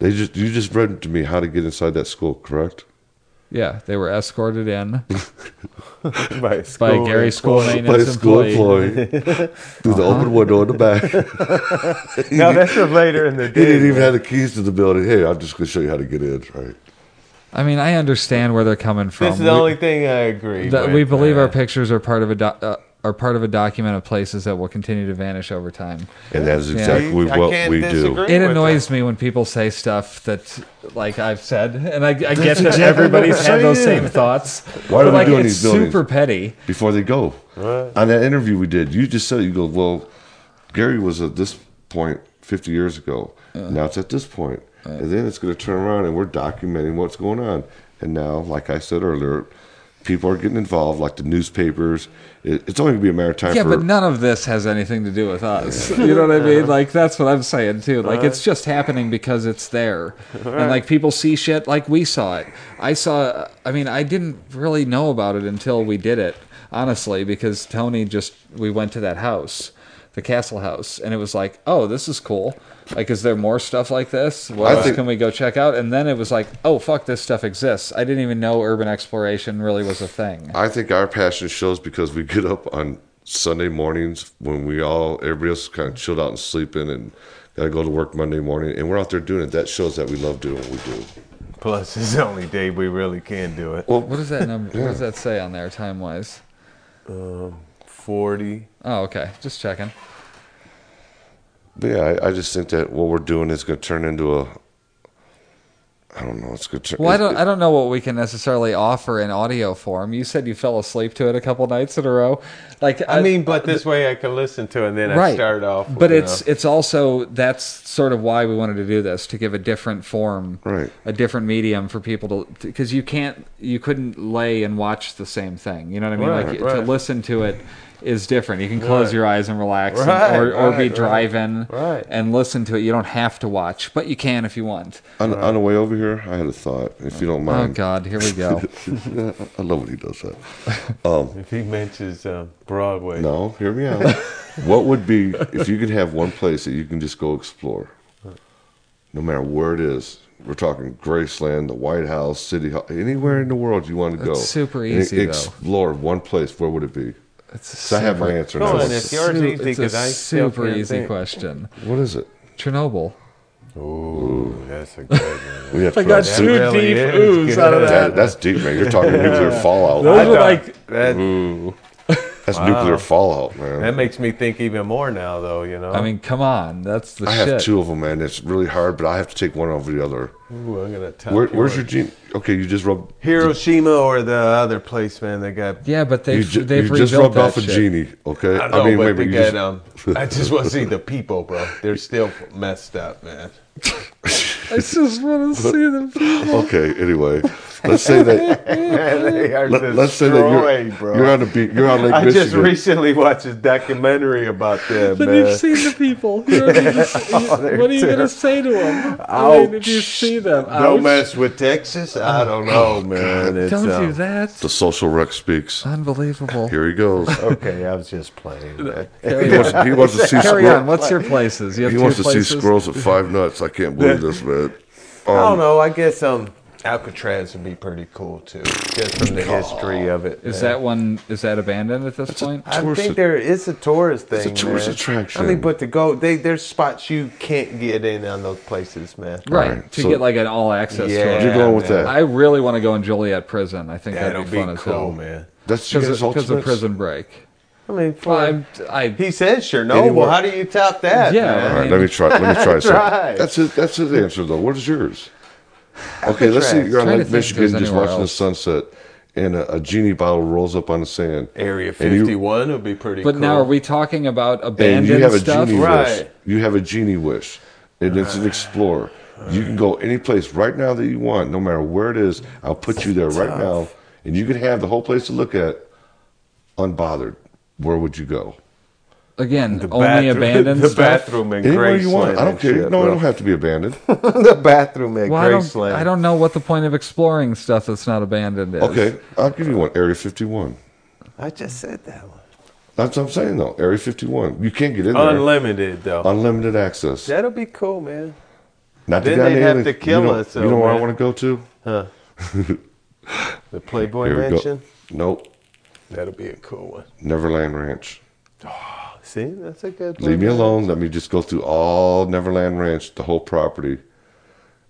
Speaker 2: They just you just read to me how to get inside that school, correct?
Speaker 3: Yeah, they were escorted in.
Speaker 1: By,
Speaker 3: by
Speaker 1: school
Speaker 3: a Gary school
Speaker 1: employee.
Speaker 2: By a
Speaker 3: maintenance
Speaker 2: school
Speaker 3: employee. Uh-huh.
Speaker 2: employee through the open window in the back.
Speaker 1: No, that's from later in the
Speaker 2: He
Speaker 1: day.
Speaker 2: didn't even have the keys to the building. Hey, I'm just going to show you how to get in, right?
Speaker 3: I mean, I understand where they're coming from.
Speaker 1: This is the only thing I agree.
Speaker 3: we, that
Speaker 1: with,
Speaker 3: we believe our
Speaker 1: man.
Speaker 3: pictures are part of a doc uh, are part of a document of places that will continue to vanish over time.
Speaker 2: And that is
Speaker 3: Yeah.
Speaker 2: exactly
Speaker 1: I
Speaker 2: what
Speaker 1: can't
Speaker 2: we
Speaker 1: disagree.
Speaker 2: do.
Speaker 3: It
Speaker 1: with
Speaker 3: annoys me when people say stuff that, like I've said, and I, I get that everybody's had those same thoughts.
Speaker 2: Why are
Speaker 3: but
Speaker 2: we
Speaker 3: like,
Speaker 2: doing
Speaker 3: it's
Speaker 2: these buildings?
Speaker 3: super petty.
Speaker 2: Before they go. On that interview we did, you just said, you go, well, Gary was at this point 50 years ago.
Speaker 3: Uh.
Speaker 2: Now it's at this point. and then it's going to turn around and we're documenting what's going on. And now, like I said earlier, people are getting involved, like the newspapers. It, it's only going to be a matter of time
Speaker 3: Yeah,
Speaker 2: for
Speaker 3: but none of this has anything to do with us. You know what I mean? Like that's what I'm saying too. Like it's just happening because it's there, and like people see shit like we saw it. I saw. I mean, I didn't really know about it until we did it, honestly, because Tony just we went to that house, the castle house, and it was like, oh, this is cool. Like, is there more stuff like this? What
Speaker 2: I
Speaker 3: else
Speaker 2: think-
Speaker 3: can we go check out? And then it was like, oh, fuck, this stuff exists. I didn't even know urban exploration really was a thing.
Speaker 2: I think our passion shows because we get up on Sunday mornings when we all everybody else is kind of chilled out and sleeping and gotta go to work Monday morning and we're out there doing it. That shows that we love doing what we do.
Speaker 1: that. Plus, it's the only day we really can do it.
Speaker 3: What does that number? What does that say on there, time wise?
Speaker 1: Forty.
Speaker 3: Oh, okay. Just checking.
Speaker 2: But yeah, I, I just think that what we're doing is gonna turn into a I don't know, it's gonna turn
Speaker 3: Well, I don't. I don't know what we can necessarily offer in audio form. You said you fell asleep to it a couple nights in a row. Like
Speaker 1: I mean, but this way I can listen to, it and then I
Speaker 3: right.
Speaker 1: start off.
Speaker 3: but
Speaker 1: you
Speaker 3: it's it's also that's sort of why we wanted to do this to give a different form,
Speaker 2: Right.
Speaker 3: A different medium for people to because you can't you couldn't lay and watch the same thing. You know what I mean?
Speaker 1: Right,
Speaker 3: like to
Speaker 1: right.
Speaker 3: listen to it is different. You can close
Speaker 1: Right.
Speaker 3: your eyes and relax, and-
Speaker 1: Right,
Speaker 3: or or
Speaker 1: right,
Speaker 3: be
Speaker 1: right.
Speaker 3: driving
Speaker 1: Right.
Speaker 3: and listen to it. You don't have to watch, but you can if you want.
Speaker 2: on, on the way over here, I had a thought, if you don't
Speaker 3: Oh
Speaker 2: mind.
Speaker 3: God, here we go.
Speaker 2: I love when he does that. Um,
Speaker 1: know, if he mentions uh, Broadway,
Speaker 2: No, hear me out. what would be if you could have one place that you can just go explore, no matter where it is? We're talking Graceland, the White House, City Hall, anywhere in the world you want to go.
Speaker 3: That's super
Speaker 2: and
Speaker 3: easy, though.
Speaker 2: Explore one place. Where would it be?
Speaker 3: It's
Speaker 2: So I have my
Speaker 3: super-
Speaker 2: answer
Speaker 1: Go
Speaker 2: now.
Speaker 1: on, if yours
Speaker 3: su-
Speaker 1: easy,
Speaker 3: it's a
Speaker 1: 'cause I still
Speaker 3: super
Speaker 1: can't
Speaker 3: easy
Speaker 1: think.
Speaker 3: question.
Speaker 2: What is it?
Speaker 3: Chernobyl.
Speaker 1: Ooh, that's a good one.
Speaker 2: We have
Speaker 3: got
Speaker 2: to-
Speaker 1: That
Speaker 3: Two
Speaker 1: really
Speaker 3: deep
Speaker 1: is
Speaker 3: oohs
Speaker 1: good.
Speaker 3: out of
Speaker 2: that- that's deep, man. You're talking nuclear fallout.
Speaker 3: Those
Speaker 1: I
Speaker 3: were
Speaker 2: Mm-hmm.
Speaker 1: thought
Speaker 3: like
Speaker 1: that-
Speaker 2: Ooh. That's nuclear fallout, man.
Speaker 1: That makes me think even more now, though. You know,
Speaker 3: I mean, come on, that's the
Speaker 2: Oh. I
Speaker 3: shit.
Speaker 2: have two of them, man. It's really hard, but I have to take one over the other.
Speaker 1: Ooh, I'm gonna top
Speaker 2: Where, where's your
Speaker 1: yours.
Speaker 2: gene? Okay, you just rubbed.
Speaker 1: Hiroshima or the other place, man? They got.
Speaker 3: Yeah, but
Speaker 2: You,
Speaker 3: they've
Speaker 2: ju-
Speaker 3: they've
Speaker 2: you
Speaker 3: rebuilt
Speaker 2: just rubbed
Speaker 3: that
Speaker 2: off a
Speaker 3: shit.
Speaker 2: genie, okay?
Speaker 1: I, know, mean, but they
Speaker 2: you
Speaker 1: got,
Speaker 2: just-
Speaker 1: um, I just want to see the people, bro. They're still messed up, man.
Speaker 3: I just want to see them.
Speaker 2: okay. Anyway, let's say that
Speaker 1: they are
Speaker 2: let, us say that you're,
Speaker 1: destroyed, bro.
Speaker 2: you're on the beach. You're on Lake
Speaker 1: I
Speaker 2: Michigan.
Speaker 1: just recently watched a documentary about them,
Speaker 3: But you've
Speaker 1: man.
Speaker 3: seen the people. You don't need to see-
Speaker 2: Oh,
Speaker 3: what are you going to say to them? I mean, if you
Speaker 1: Ouch.
Speaker 3: see them,
Speaker 1: Don't
Speaker 3: ouch.
Speaker 1: mess with Texas. I don't know, man. It's,
Speaker 3: Don't do
Speaker 1: um,
Speaker 3: that.
Speaker 2: The social rec speaks.
Speaker 3: Unbelievable.
Speaker 2: uh, Here he goes.
Speaker 1: Okay, I was just playing. man.
Speaker 2: He
Speaker 3: Carry
Speaker 2: wants,
Speaker 3: on.
Speaker 2: he wants to see.
Speaker 3: Carry
Speaker 2: squirrel-
Speaker 3: on. What's your places? You have
Speaker 2: He
Speaker 3: two
Speaker 2: wants to
Speaker 3: places.
Speaker 2: see squirrels at five nuts. I can't believe this, man. Um,
Speaker 1: I don't know. I guess um, Alcatraz would be pretty cool too, just from the history of it.
Speaker 3: Is
Speaker 1: man.
Speaker 3: that one? Is that abandoned at this point?
Speaker 1: I
Speaker 2: tourist-
Speaker 1: think there is a tourist thing.
Speaker 2: a tourist
Speaker 1: man.
Speaker 2: attraction.
Speaker 1: I mean, but to go, they there's spots you can't get in on those places, man.
Speaker 3: right.
Speaker 2: Alright,
Speaker 3: to
Speaker 2: so-
Speaker 3: get like an all access
Speaker 1: Yeah,
Speaker 3: tour.
Speaker 2: You're going with
Speaker 1: man.
Speaker 2: that.
Speaker 3: I really want to go in Juliet Prison. I think
Speaker 1: That'll
Speaker 3: that'd be
Speaker 1: be
Speaker 3: fun as
Speaker 1: cool,
Speaker 3: hell.
Speaker 1: man.
Speaker 2: That's you guys'
Speaker 3: Because of
Speaker 2: ultimates?
Speaker 3: Prison Break.
Speaker 1: I mean,
Speaker 3: Well,
Speaker 1: for,
Speaker 3: I'm, I
Speaker 1: he said Chernobyl.
Speaker 2: Anywhere-
Speaker 1: How do you top that?
Speaker 3: Yeah,
Speaker 1: man?
Speaker 2: All right, let me try. Let me
Speaker 1: Try.
Speaker 2: try some. That's his. That's his answer though. What is yours? Okay, let's see.
Speaker 1: Alcatraz.
Speaker 2: You're on
Speaker 3: Trying to
Speaker 2: Lake
Speaker 3: think if
Speaker 2: Michigan,
Speaker 3: there's
Speaker 2: just
Speaker 3: anywhere
Speaker 2: watching the sunset, and a, a genie bottle rolls up on the sand.
Speaker 1: Area
Speaker 2: And you-
Speaker 1: 51 would be pretty.
Speaker 3: But
Speaker 1: cool.
Speaker 3: now, are we talking about
Speaker 2: And
Speaker 3: abandoned
Speaker 2: you have a
Speaker 3: stuff?
Speaker 2: genie wish.
Speaker 1: Right.
Speaker 2: You have a genie wish, and it's an explorer. You can go any place right now that you want, no matter where it is. I'll put you there right now, and you can have the whole place to look at, unbothered. Where would you go?
Speaker 3: Again,
Speaker 1: The
Speaker 3: only
Speaker 1: bathroom-
Speaker 3: abandoned
Speaker 1: the
Speaker 3: stuff.
Speaker 1: bathroom in
Speaker 2: Anywhere
Speaker 1: Graceland.
Speaker 2: you want. I don't
Speaker 1: and
Speaker 2: care.
Speaker 1: shit,
Speaker 2: no, I
Speaker 1: bro.
Speaker 2: don't have to be abandoned.
Speaker 1: the bathroom in
Speaker 3: Well, I don't,
Speaker 1: Graceland.
Speaker 3: I don't know what the point of exploring stuff that's not abandoned is.
Speaker 2: Okay, I'll give you one. Area 51.
Speaker 1: I just said that one.
Speaker 2: That's what I'm saying though. Area 51. You can't get in there.
Speaker 1: Unlimited though.
Speaker 2: Unlimited access.
Speaker 1: That'll be cool, man.
Speaker 2: Not
Speaker 1: then
Speaker 2: goddamn
Speaker 1: they'd have
Speaker 2: alien-
Speaker 1: to kill
Speaker 2: you know,
Speaker 1: us,
Speaker 2: You know
Speaker 1: though,
Speaker 2: where I
Speaker 1: man.
Speaker 2: want to go to?
Speaker 1: Huh? the Playboy
Speaker 2: Here we
Speaker 1: Mansion.
Speaker 2: go. Nope.
Speaker 1: That'll be a cool one.
Speaker 2: Neverland Ranch.
Speaker 1: See, that's a good.
Speaker 2: Leave
Speaker 1: one,
Speaker 2: me
Speaker 1: man.
Speaker 2: alone. Let me just go through all Neverland Ranch, the whole property,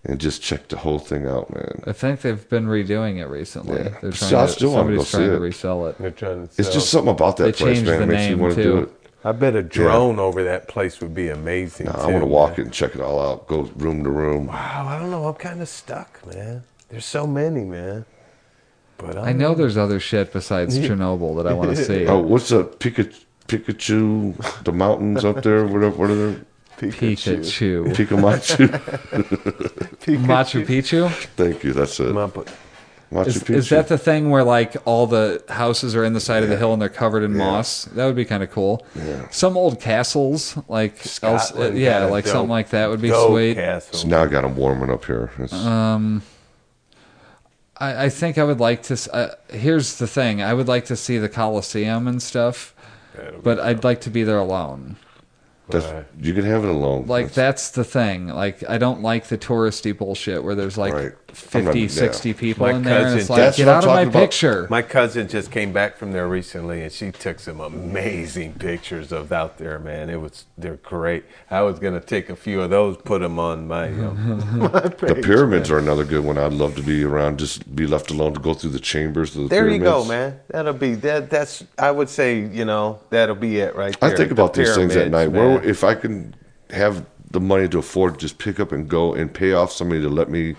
Speaker 2: and just check the whole thing out, man.
Speaker 3: I think they've been redoing it recently.
Speaker 2: Yeah.
Speaker 3: They're
Speaker 2: See,
Speaker 3: trying
Speaker 2: I
Speaker 3: to,
Speaker 2: still wanna
Speaker 3: somebody's
Speaker 2: go see
Speaker 3: trying to
Speaker 2: it.
Speaker 3: resell it.
Speaker 1: They're trying to
Speaker 2: It's
Speaker 1: sell.
Speaker 2: just something about that
Speaker 3: They
Speaker 2: place,
Speaker 3: changed
Speaker 2: man.
Speaker 3: the
Speaker 2: It makes you
Speaker 3: name,
Speaker 2: want to do
Speaker 3: too.
Speaker 2: it.
Speaker 1: I bet a drone over that place would be amazing.
Speaker 2: No,
Speaker 1: too,
Speaker 2: I want to walk
Speaker 1: man.
Speaker 2: it and check it all out. Go room to room.
Speaker 1: Wow, I don't know. I'm kind of stuck, man. There's so many, man. But I'm,
Speaker 3: I know there's other shit besides Chernobyl that I want to see.
Speaker 2: Oh, what's up, Pikachu? Pikachu, the mountains up there, whatever, what are they?
Speaker 3: Pikachu.
Speaker 2: Pikachu.
Speaker 3: Machu Picchu?
Speaker 2: Thank you. That's it.
Speaker 1: My bu-
Speaker 2: Machu
Speaker 3: Is,
Speaker 2: Picchu.
Speaker 3: is that the thing where like all the houses are in the side of the hill and they're covered in moss? That would be kind of cool.
Speaker 2: Yeah.
Speaker 3: Some old castles, like else, uh,
Speaker 1: Scotland
Speaker 3: yeah,
Speaker 1: got a
Speaker 3: like
Speaker 1: dope-
Speaker 3: something like that would be
Speaker 1: Dope
Speaker 3: sweet.
Speaker 1: Castle.
Speaker 2: So now I got them warming up here. It's,
Speaker 3: Uh, I, I think I would like to. s- Uh, here's the thing: I would like to see the Colosseum and stuff, but I'd like to be there alone.
Speaker 2: that's,
Speaker 1: Right.
Speaker 2: You can have it alone.
Speaker 3: Like that's the thing. Like I don't like the touristy bullshit where there's like
Speaker 2: Right. I'm not-
Speaker 3: fifty, sixty
Speaker 2: yeah.
Speaker 3: 60 people
Speaker 1: My
Speaker 3: in there, and
Speaker 1: cousin-
Speaker 3: it's like
Speaker 2: That's
Speaker 3: get
Speaker 2: what I'm
Speaker 3: out of my
Speaker 2: talking about.
Speaker 3: picture.
Speaker 1: My cousin just came back from there recently, and she took some amazing pictures of out there, man. It was they're great. I was gonna take a few of those, put them on my. Um, my
Speaker 2: the
Speaker 1: page.
Speaker 2: pyramids are another good one. I'd love to be around, just be left alone to go through the chambers of the
Speaker 1: There you
Speaker 2: pyramids.
Speaker 1: go, man. That'll be that. That's I would say you know that'll be it right
Speaker 2: I
Speaker 1: there.
Speaker 2: think about
Speaker 1: The
Speaker 2: these things at
Speaker 1: pyramids,
Speaker 2: night.
Speaker 1: man.
Speaker 2: Where if I can have the money to afford, just pick up and go and pay off somebody to let me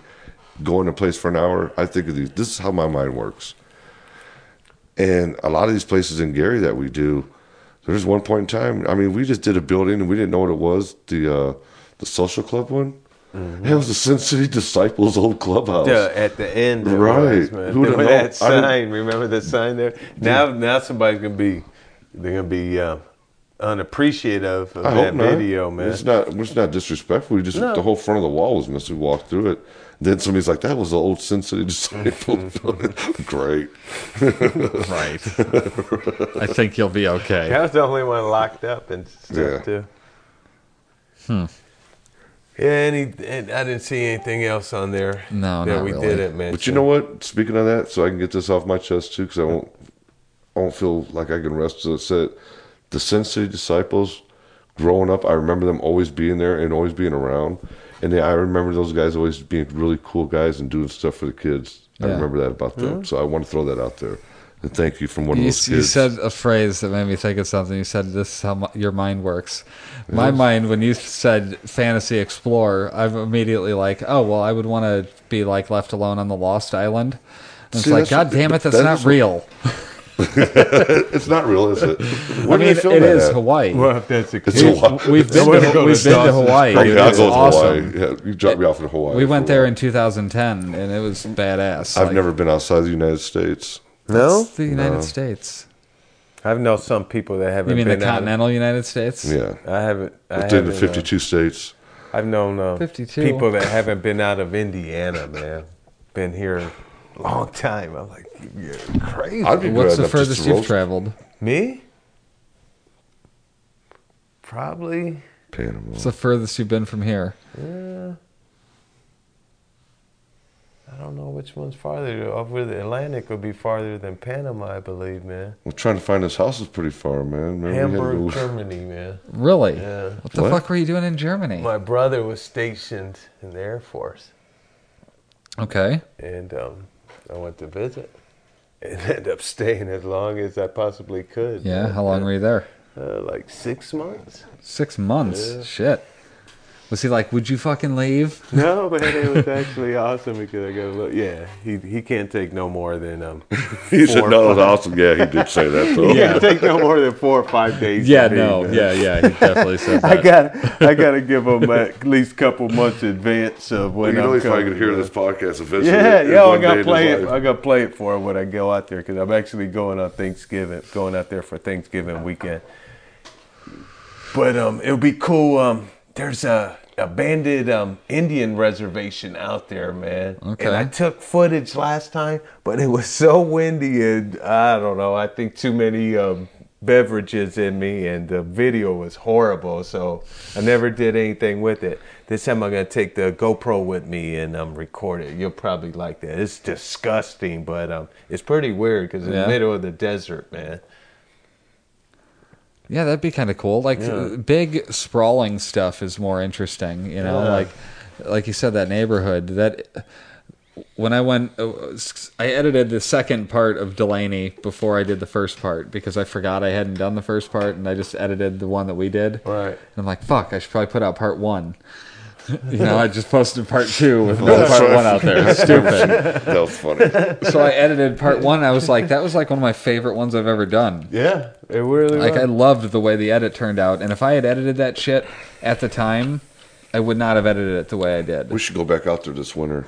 Speaker 2: go in a place for an hour. I think of these. This is how my mind works. And a lot of these places in Gary that we do, there's one point in time. I mean, we just did a building and we didn't know what it was. The uh, the social club one. It was the Sin City Disciples old clubhouse.
Speaker 1: Mm-hmm. Yeah, at the end, it
Speaker 2: Right.
Speaker 1: was, man.
Speaker 2: Who
Speaker 1: There
Speaker 2: the
Speaker 1: was that
Speaker 2: hell- I didn't-
Speaker 1: sign? Remember the sign there? Now, now somebody's gonna be they're gonna be uh, unappreciative of
Speaker 2: I
Speaker 1: that
Speaker 2: hope not.
Speaker 1: video, man.
Speaker 2: It's not. It's not disrespectful. We just the whole front of the wall was missing. We walked through it. Then somebody's like, "That was the old Sin City disciple." Great.
Speaker 3: Right. I think you'll be okay.
Speaker 1: I was the only one locked up and stuff
Speaker 2: Yeah.
Speaker 1: too.
Speaker 3: Hmm.
Speaker 1: Yeah, any, and I didn't see anything else on there.
Speaker 3: No,
Speaker 1: that
Speaker 3: not
Speaker 1: we
Speaker 3: really.
Speaker 1: didn't mention.
Speaker 2: But you know what? Speaking of that, so I can get this off my chest too, because I won't. I won't feel like I can rest till it's said. The Sin City disciples, growing up, I remember them always being there and always being around, and they, I remember those guys always being really cool guys and doing stuff for the kids. I
Speaker 3: Yeah.
Speaker 2: remember that about them, so I want to throw that out there. and thank you from one of
Speaker 3: You,
Speaker 2: those
Speaker 3: you
Speaker 2: kids.
Speaker 3: said a phrase that made me think of something. You said, "This is how my, your mind works." My mind, when you said "fantasy explorer," I'm immediately like, "Oh well, I would want to be like left alone on the lost island." And it's
Speaker 2: See,
Speaker 3: like,
Speaker 2: that's
Speaker 3: God
Speaker 2: what-
Speaker 3: damn it, that's
Speaker 2: that
Speaker 3: not
Speaker 2: is what-
Speaker 3: real.
Speaker 2: it's not real, is it?
Speaker 3: I
Speaker 2: Where did
Speaker 3: mean,
Speaker 2: they
Speaker 3: it
Speaker 2: film that
Speaker 3: is
Speaker 2: at?
Speaker 3: Hawaii.
Speaker 1: Well, if that's the
Speaker 2: It's
Speaker 1: case.
Speaker 2: a lot.
Speaker 3: We've been
Speaker 1: wanna
Speaker 3: to,
Speaker 1: go to
Speaker 3: we've been to
Speaker 1: Dawson's
Speaker 3: Hawaii.
Speaker 2: Okay,
Speaker 3: Dude.
Speaker 2: I'll
Speaker 3: It's
Speaker 2: go to
Speaker 3: awesome.
Speaker 2: Hawaii. Yeah, you dropped me off in Hawaii.
Speaker 3: We went
Speaker 2: for a
Speaker 3: there
Speaker 2: while.
Speaker 3: in 2010, and it was badass.
Speaker 2: I've
Speaker 3: Like,
Speaker 2: never been outside the United States.
Speaker 1: No,
Speaker 3: It's the United States.
Speaker 1: I've known some people that haven't.
Speaker 3: You mean the
Speaker 1: been out.
Speaker 3: continental United States?
Speaker 2: Yeah,
Speaker 1: I haven't. I
Speaker 2: within the
Speaker 1: haven't, uh,
Speaker 2: fifty-two states.
Speaker 1: I've known uh,
Speaker 3: 52.
Speaker 1: people that haven't been out of Indiana, man. Been here a long time. I'm like, you're crazy.
Speaker 2: I'd be glad
Speaker 3: What's the
Speaker 2: enough just
Speaker 3: furthest
Speaker 2: to roll
Speaker 3: you've traveled?
Speaker 1: Me? Probably.
Speaker 2: Panama.
Speaker 3: What's the furthest you've been from here?
Speaker 1: I don't know which one's farther. Over the Atlantic would be farther than Panama, I believe, man.
Speaker 2: We're trying to find this house is pretty far, man.
Speaker 1: Mm-hmm.
Speaker 2: Remember we had to
Speaker 1: Hamburg,
Speaker 2: go-
Speaker 1: Germany, man.
Speaker 3: Really?
Speaker 1: Yeah.
Speaker 3: What the
Speaker 2: What?
Speaker 3: fuck were you doing in Germany?
Speaker 1: My brother was stationed in the Air Force,
Speaker 3: Okay.
Speaker 1: and um, I went to visit and ended up staying as long as I possibly could.
Speaker 3: Yeah.
Speaker 1: man.
Speaker 3: How long were you there?
Speaker 1: Uh, like six months.
Speaker 3: Six months.
Speaker 1: Yeah.
Speaker 3: Shit. Was he like, would you fucking leave?
Speaker 1: No, man, it was actually awesome because I got a little. Yeah, he he can't take no more than um.
Speaker 2: He said,
Speaker 1: Four
Speaker 2: "No, it's awesome." Yeah, he did say that though.
Speaker 1: He can't take no more than four or five days.
Speaker 3: Yeah,
Speaker 1: from me,
Speaker 3: no.
Speaker 1: man.
Speaker 3: Yeah, yeah. He definitely said
Speaker 1: I
Speaker 3: that.
Speaker 1: got I got to give him at least couple months advance of
Speaker 2: You
Speaker 1: when
Speaker 2: know,
Speaker 1: I'm
Speaker 2: if I
Speaker 1: coming.
Speaker 2: could hear this podcast eventually.
Speaker 1: Yeah,
Speaker 2: in
Speaker 1: yeah,
Speaker 2: one
Speaker 1: I
Speaker 2: day in
Speaker 1: gotta
Speaker 2: his
Speaker 1: play it.
Speaker 2: life.
Speaker 1: I gotta play it for him when I go out there because I'm actually going on Thanksgiving, going out there for Thanksgiving weekend. But um, it'll be cool. Um, there's a abandoned um Indian reservation out there, man.
Speaker 3: Okay.
Speaker 1: And I took footage last time, but it was so windy and I don't know. I think too many um beverages in me and the video was horrible so i never did anything with it this time i'm gonna take the gopro with me and um record it you'll probably like that it's disgusting but um it's pretty weird because in
Speaker 3: Yeah.
Speaker 1: the middle of the desert man
Speaker 3: Yeah, that'd be kind of cool. Like uh, big sprawling stuff is more interesting, you know.
Speaker 1: Yeah.
Speaker 3: Like, like you said, that neighborhood. That when I went, uh, I edited the second part of Delaney before I did the first part because I forgot I hadn't done the first part, and I just edited the one that we did.
Speaker 1: Right.
Speaker 3: And I'm like, fuck, I should probably put out part one. you know, I just posted part two with no part one out there. It's stupid.
Speaker 2: That was funny.
Speaker 3: so I edited part one. I was like, that was like one of my favorite ones I've ever done.
Speaker 1: yeah it really
Speaker 3: Like I
Speaker 1: was.
Speaker 3: loved the way the edit turned out, and if I had edited that shit at the time, I would not have edited it the way I did.
Speaker 2: We should go back out there this winter.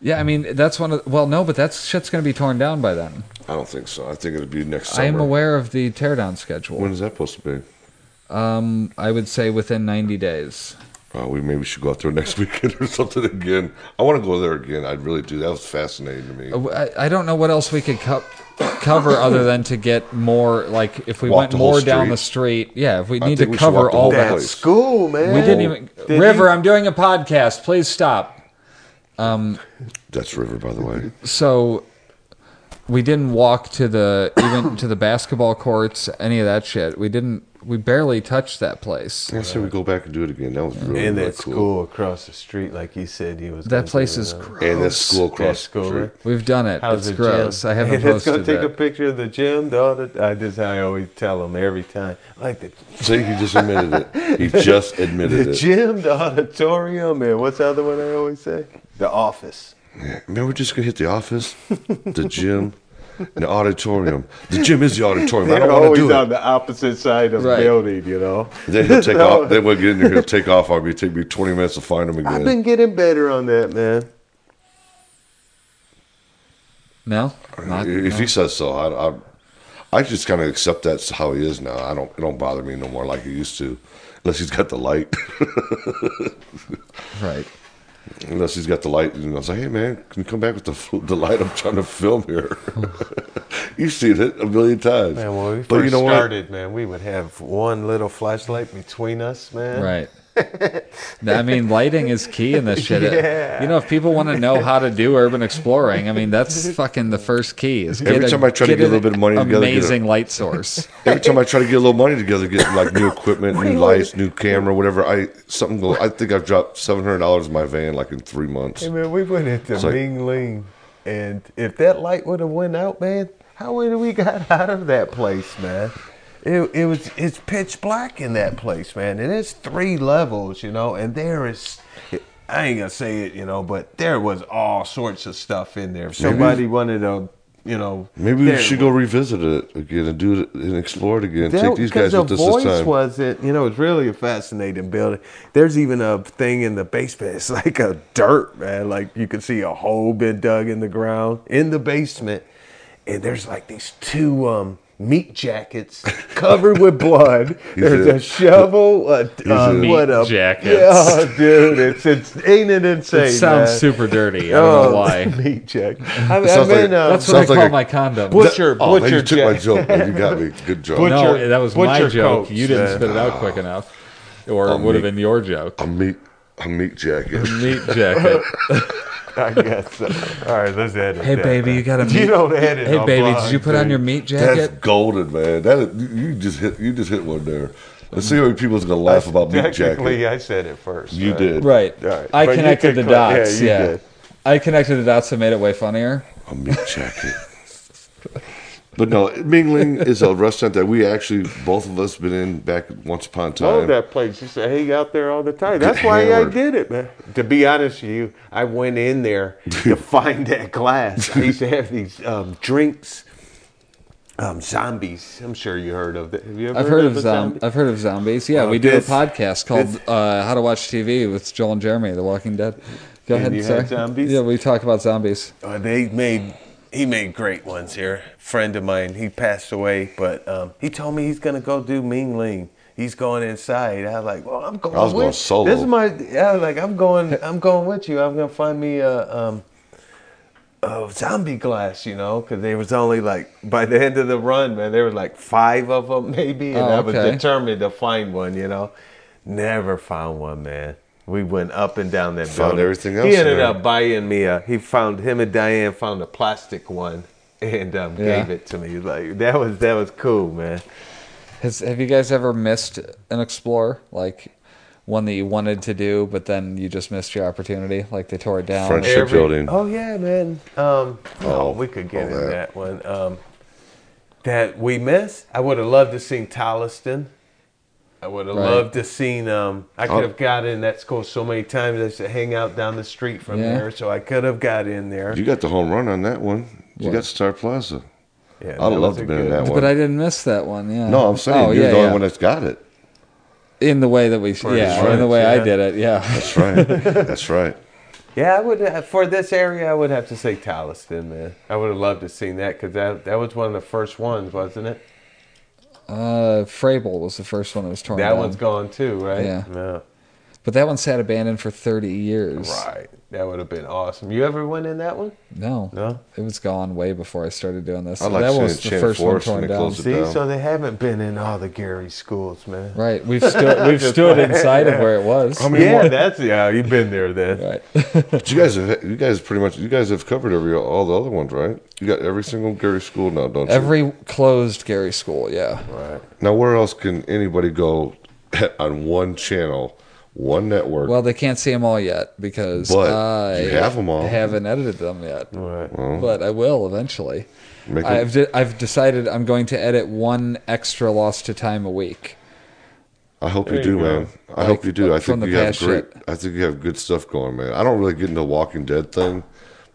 Speaker 3: Yeah, I mean that's one of well, no, but that shit's gonna be torn down by then.
Speaker 2: I don't think so. I think it'll be next summer.
Speaker 3: I am aware of the teardown schedule.
Speaker 2: When is that supposed to be?
Speaker 3: Um, I would say within 90 days.
Speaker 2: Uh, we maybe should go out there next weekend or something again. I want to go there again. I really do. That was fascinating to me.
Speaker 3: I, I don't know what else we could co- cover other than to get more like if we
Speaker 2: Walk
Speaker 3: went
Speaker 2: the whole
Speaker 3: more down the street.
Speaker 2: street.
Speaker 3: Yeah, if we
Speaker 2: I
Speaker 3: need to
Speaker 2: think we should walk
Speaker 3: cover
Speaker 2: the
Speaker 3: all
Speaker 2: whole
Speaker 3: that.
Speaker 2: place.
Speaker 1: that's cool man
Speaker 3: We didn't even
Speaker 1: Did
Speaker 3: River.
Speaker 1: you-
Speaker 3: I'm doing a podcast. Please stop.
Speaker 2: That's River, by the way.
Speaker 3: so we didn't walk to the even to the basketball courts any of that shit we didn't we barely touched that place
Speaker 2: I said we go back and do it again. That was really,
Speaker 1: in
Speaker 2: really
Speaker 1: that
Speaker 2: cool.
Speaker 1: school across the street like you said you was
Speaker 3: that
Speaker 1: gonna
Speaker 3: place
Speaker 1: do,
Speaker 3: is
Speaker 1: huh?
Speaker 3: gross
Speaker 2: And Oh, that school
Speaker 1: that
Speaker 2: across the
Speaker 1: school
Speaker 2: street.
Speaker 1: right?
Speaker 3: we've done it
Speaker 1: How's
Speaker 3: it's
Speaker 1: the gym?
Speaker 3: gross i haven't
Speaker 1: Hey, let's go
Speaker 3: posted
Speaker 1: take a
Speaker 3: that.
Speaker 1: picture of the gym. The other, I just how I always tell them every time. Like the,
Speaker 2: See, he just admitted it. He just admitted
Speaker 1: the
Speaker 2: it.
Speaker 1: gym, the auditorium, and what's the other one I always say? The office.
Speaker 2: Man, we're just gonna hit the office, the gym, and the auditorium. The gym is the auditorium. I
Speaker 1: They're
Speaker 2: don't want
Speaker 1: always
Speaker 2: to do
Speaker 1: on
Speaker 2: it.
Speaker 1: the opposite side of
Speaker 3: Right.
Speaker 1: the building, you know.
Speaker 2: Then he'll take
Speaker 1: No.
Speaker 2: off. Then we'll get in there. He'll take off on me. Take me twenty minutes to find him
Speaker 1: I've
Speaker 2: again.
Speaker 1: been getting better on that, man.
Speaker 3: no not,
Speaker 2: if
Speaker 3: no.
Speaker 2: he says so, I, I, I just kind of accept that's how he is now. I don't. It don't bother me no more like it used to, unless he's got the light.
Speaker 3: right
Speaker 2: unless he's got the light, and I was like, hey man, can you come back with the fl- the light? I'm trying to film here. You've seen it a million times.
Speaker 1: Man, when we
Speaker 2: but
Speaker 1: first
Speaker 2: you know what?
Speaker 1: started, man, we would have one little flashlight between us, man.
Speaker 3: right No, i mean lighting is key in this shit
Speaker 1: Yeah.
Speaker 3: you know if people want to know how to do urban exploring i mean that's fucking the first key is get
Speaker 2: Every
Speaker 3: a-
Speaker 2: time I try to get a little bit of money
Speaker 3: an
Speaker 2: together, get a-
Speaker 3: amazing light source
Speaker 2: Every time I try to get a little money together, get like new equipment, new lights, new camera, whatever. I something goes. I think I've dropped seven hundred dollars in my van like in three months.
Speaker 1: Hey, man, we went into
Speaker 2: like-
Speaker 1: Ming Ling, and if that light would have went out, man, How we we got out of that place, man? It, it was it's pitch black in that place, man. And it's three levels, you know, and there is I ain't gonna say it, you know, but there was all sorts of stuff in there. If somebody wanted to, you know,
Speaker 2: Maybe we
Speaker 1: there-
Speaker 2: should go revisit it again and do it and explore it again.
Speaker 1: that-
Speaker 2: Take these
Speaker 1: 'cause
Speaker 2: guys with
Speaker 1: the
Speaker 2: us this
Speaker 1: voice
Speaker 2: time.
Speaker 1: wasn't, you know, it's really a fascinating building. There's even a thing in the basement. It's like a dirt, man. Like you can see a hole been dug in the ground in the basement, and there's like these two um, meat jackets covered with blood. there's
Speaker 2: a-
Speaker 1: a, shovel, a, uh,
Speaker 2: a-
Speaker 1: what a
Speaker 3: Meat jackets.
Speaker 1: Yeah, dude, it's it's ain't it insane?
Speaker 3: It sounds
Speaker 1: man? Oh,
Speaker 3: super dirty. I don't know why.
Speaker 1: meat jacket. I, I
Speaker 2: sounds like-
Speaker 1: mean, uh,
Speaker 3: That's what I
Speaker 2: Oh, Sounds
Speaker 3: call
Speaker 2: like a-
Speaker 3: my condom.
Speaker 5: What- Butcher-
Speaker 2: oh, man, you
Speaker 5: Butcher
Speaker 2: took my
Speaker 5: Jack.
Speaker 2: joke, man. You got me. Good joke.
Speaker 5: Butcher-
Speaker 3: no, that was my
Speaker 5: butcher
Speaker 3: joke.
Speaker 5: coats,
Speaker 3: you didn't
Speaker 5: man.
Speaker 3: spit it out quick enough, or it would have
Speaker 2: Oh. me-
Speaker 3: been your joke.
Speaker 2: A meat, a meat jacket.
Speaker 3: Meat jacket.
Speaker 1: I guess. So. All right, let's edit.
Speaker 3: Hey
Speaker 1: that,
Speaker 3: baby, you got a meat.
Speaker 1: You don't edit.
Speaker 3: hey
Speaker 1: on
Speaker 3: baby,
Speaker 1: blog,
Speaker 3: did you put
Speaker 1: dude.
Speaker 3: on your meat
Speaker 2: That's
Speaker 3: jacket?
Speaker 2: golden, man. That is, you just hit. You just hit one there. Let's see how many people's gonna laugh about meat
Speaker 1: Technically,
Speaker 2: jacket.
Speaker 1: I said it first.
Speaker 2: You
Speaker 1: right?
Speaker 2: did.
Speaker 3: Right.
Speaker 1: Right.
Speaker 3: I
Speaker 1: But you
Speaker 3: connected the
Speaker 1: could cla- yeah,
Speaker 3: dots.
Speaker 1: you
Speaker 3: Yeah,
Speaker 1: did.
Speaker 3: I connected the dots and made it way funnier.
Speaker 2: A meat jacket. But no, Mingling is a restaurant that we actually both of us been in back once upon a
Speaker 1: Love
Speaker 2: time.
Speaker 1: that place. You said hang out there all the time. That's
Speaker 2: Good
Speaker 1: why
Speaker 2: Lord.
Speaker 1: I did it, man. To be honest with you, I went in there to find that glass. I used to have these um, drinks, um, zombies. I'm sure you heard of that. Have you ever
Speaker 3: I've heard of
Speaker 1: a
Speaker 3: zom- I've heard of zombies. Yeah, we do a
Speaker 1: this-
Speaker 3: podcast called
Speaker 1: this-
Speaker 3: uh, "How to Watch TV" with Joel and Jeremy, The Walking Dead. Go
Speaker 1: And
Speaker 3: ahead.
Speaker 1: you
Speaker 3: sorry.
Speaker 1: had zombies?
Speaker 3: Yeah, we talk about zombies.
Speaker 1: Uh, they made he made great ones here. Friend of mine, he passed away, but um, he told me he's gonna go do mingling. He's going inside. I was like, well, I'm going.
Speaker 2: I was
Speaker 1: with,
Speaker 2: going solo.
Speaker 1: This is my. I was like, I'm going. I'm going with you. I'm gonna find me a. Um, a zombie glass, you know, because there was only like by the end of the run, man, there were like five of them maybe, and
Speaker 3: Oh,
Speaker 1: I was
Speaker 3: okay.
Speaker 1: determined to find one, you know. Never found one, man. We went up and down that
Speaker 2: Found
Speaker 1: building.
Speaker 2: everything
Speaker 1: He
Speaker 2: else
Speaker 1: ended
Speaker 2: there.
Speaker 1: up buying me a. He found him and Diane found a plastic one and um,
Speaker 3: Yeah.
Speaker 1: gave it to me. Like that was that was cool, man.
Speaker 3: Has, have you guys ever missed an explore like one that you wanted to do, but then you just missed your opportunity? Like they tore it down.
Speaker 2: Friendship building.
Speaker 1: Oh yeah, man. Um,
Speaker 2: Oh,
Speaker 1: oh, we could get
Speaker 2: oh,
Speaker 1: in
Speaker 2: that.
Speaker 1: that, one. Um, that we missed. I would have loved to seen Tolleston. I would have
Speaker 3: Right.
Speaker 1: loved to seen. Um, I
Speaker 2: Oh.
Speaker 1: could have got in that school so many times. I used to hang out down the street from
Speaker 3: Yeah.
Speaker 1: there, so I could have got in there.
Speaker 2: You got the home run on that one. You
Speaker 3: What?
Speaker 2: got Star Plaza.
Speaker 1: Yeah,
Speaker 2: I'd
Speaker 1: that
Speaker 2: love
Speaker 1: was
Speaker 2: to
Speaker 1: a
Speaker 2: be in
Speaker 1: good-
Speaker 2: that
Speaker 3: But
Speaker 2: one.
Speaker 3: I didn't miss that one. Yeah.
Speaker 2: no, I'm saying
Speaker 3: Oh,
Speaker 2: you're
Speaker 3: yeah,
Speaker 2: the only
Speaker 3: yeah.
Speaker 2: one that's got it.
Speaker 3: in the way that we. yeah, in
Speaker 2: right,
Speaker 3: the way I
Speaker 1: yeah.
Speaker 3: did it. Yeah.
Speaker 2: That's right. that's right.
Speaker 1: Yeah, I would have, for this area. I would have to say Talliston, man. I would have loved to seen that because that that was one of the first ones, wasn't it?
Speaker 3: Uh, Frable was the first one that was torn
Speaker 1: That
Speaker 3: down.
Speaker 1: one's gone too, right?
Speaker 3: Yeah.
Speaker 1: No.
Speaker 3: But that one sat abandoned for 30 years.
Speaker 1: Right. That would have been awesome. You ever went in that one?
Speaker 3: No.
Speaker 1: No?
Speaker 3: It was gone way before I started doing this.
Speaker 2: I like
Speaker 3: that
Speaker 2: seeing
Speaker 3: was the
Speaker 2: Shannon
Speaker 3: first one
Speaker 2: Forrest when
Speaker 3: torn
Speaker 2: they
Speaker 3: down.
Speaker 2: closed it.
Speaker 1: See,
Speaker 2: down.
Speaker 1: so they haven't been in all the Gary schools, man.
Speaker 3: Right. We've stood we've stood inside of where it was.
Speaker 2: I mean,
Speaker 1: Yeah,
Speaker 2: what-
Speaker 1: that's yeah. You've been there then.
Speaker 3: right.
Speaker 2: But you guys have you guys pretty much you guys have covered every all the other ones, right? You got every single Gary school now, don't you?
Speaker 3: Every closed Gary school, yeah.
Speaker 2: Now, where else can anybody go on one channel, one network?
Speaker 3: Well, they can't see them all yet because
Speaker 2: But
Speaker 3: I
Speaker 2: you have 'em all. Oh.
Speaker 3: haven't edited them yet.
Speaker 1: Right.
Speaker 3: But I will eventually.
Speaker 2: Make it-
Speaker 3: I've de- I've decided I'm going to edit one extra lost to time a week.
Speaker 2: I hope you do, man. I hope you do. I
Speaker 3: from
Speaker 2: think
Speaker 3: the
Speaker 2: you have
Speaker 3: past
Speaker 2: great.
Speaker 3: shit.
Speaker 2: I think you have good stuff going, man. I don't really get into Walking Dead thing,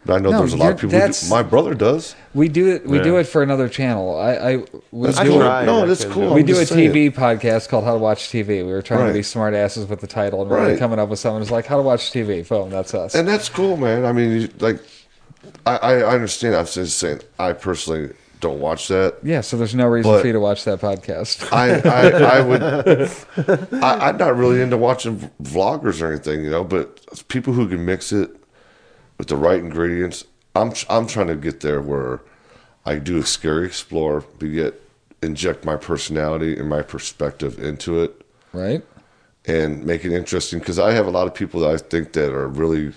Speaker 2: but I know
Speaker 3: No,
Speaker 2: there's a lot of
Speaker 3: you're-
Speaker 2: people. who do.
Speaker 3: that's-
Speaker 2: My brother does.
Speaker 3: We do it. We do it for another channel. I, I we
Speaker 2: That's
Speaker 3: do
Speaker 2: cool.
Speaker 3: it-
Speaker 1: tried.
Speaker 2: No,
Speaker 1: I
Speaker 2: that's
Speaker 1: couldn't
Speaker 2: cool.
Speaker 1: do
Speaker 2: I'm
Speaker 3: we do a
Speaker 2: just saying.
Speaker 3: TV podcast called How to Watch TV. We were trying
Speaker 2: Right.
Speaker 3: to be smart asses with the title, and we're really
Speaker 2: Right.
Speaker 3: coming up with something that's like How to Watch TV. Boom, that's us.
Speaker 2: and that's cool, man. I mean, you- like, I I I understand. I'm just saying, I personally don't watch that.
Speaker 3: yeah, so there's no reason
Speaker 2: But-
Speaker 3: for you to watch that podcast.
Speaker 2: I, I, I would. I, I'm not really into watching v- vloggers or anything, you know. But people who can mix it with the right ingredients, I'm tr- I'm trying to get there where I do a scary explore, but yet inject my personality and my perspective into it
Speaker 3: right?
Speaker 2: and make it interesting because I have a lot of people that I think that are really,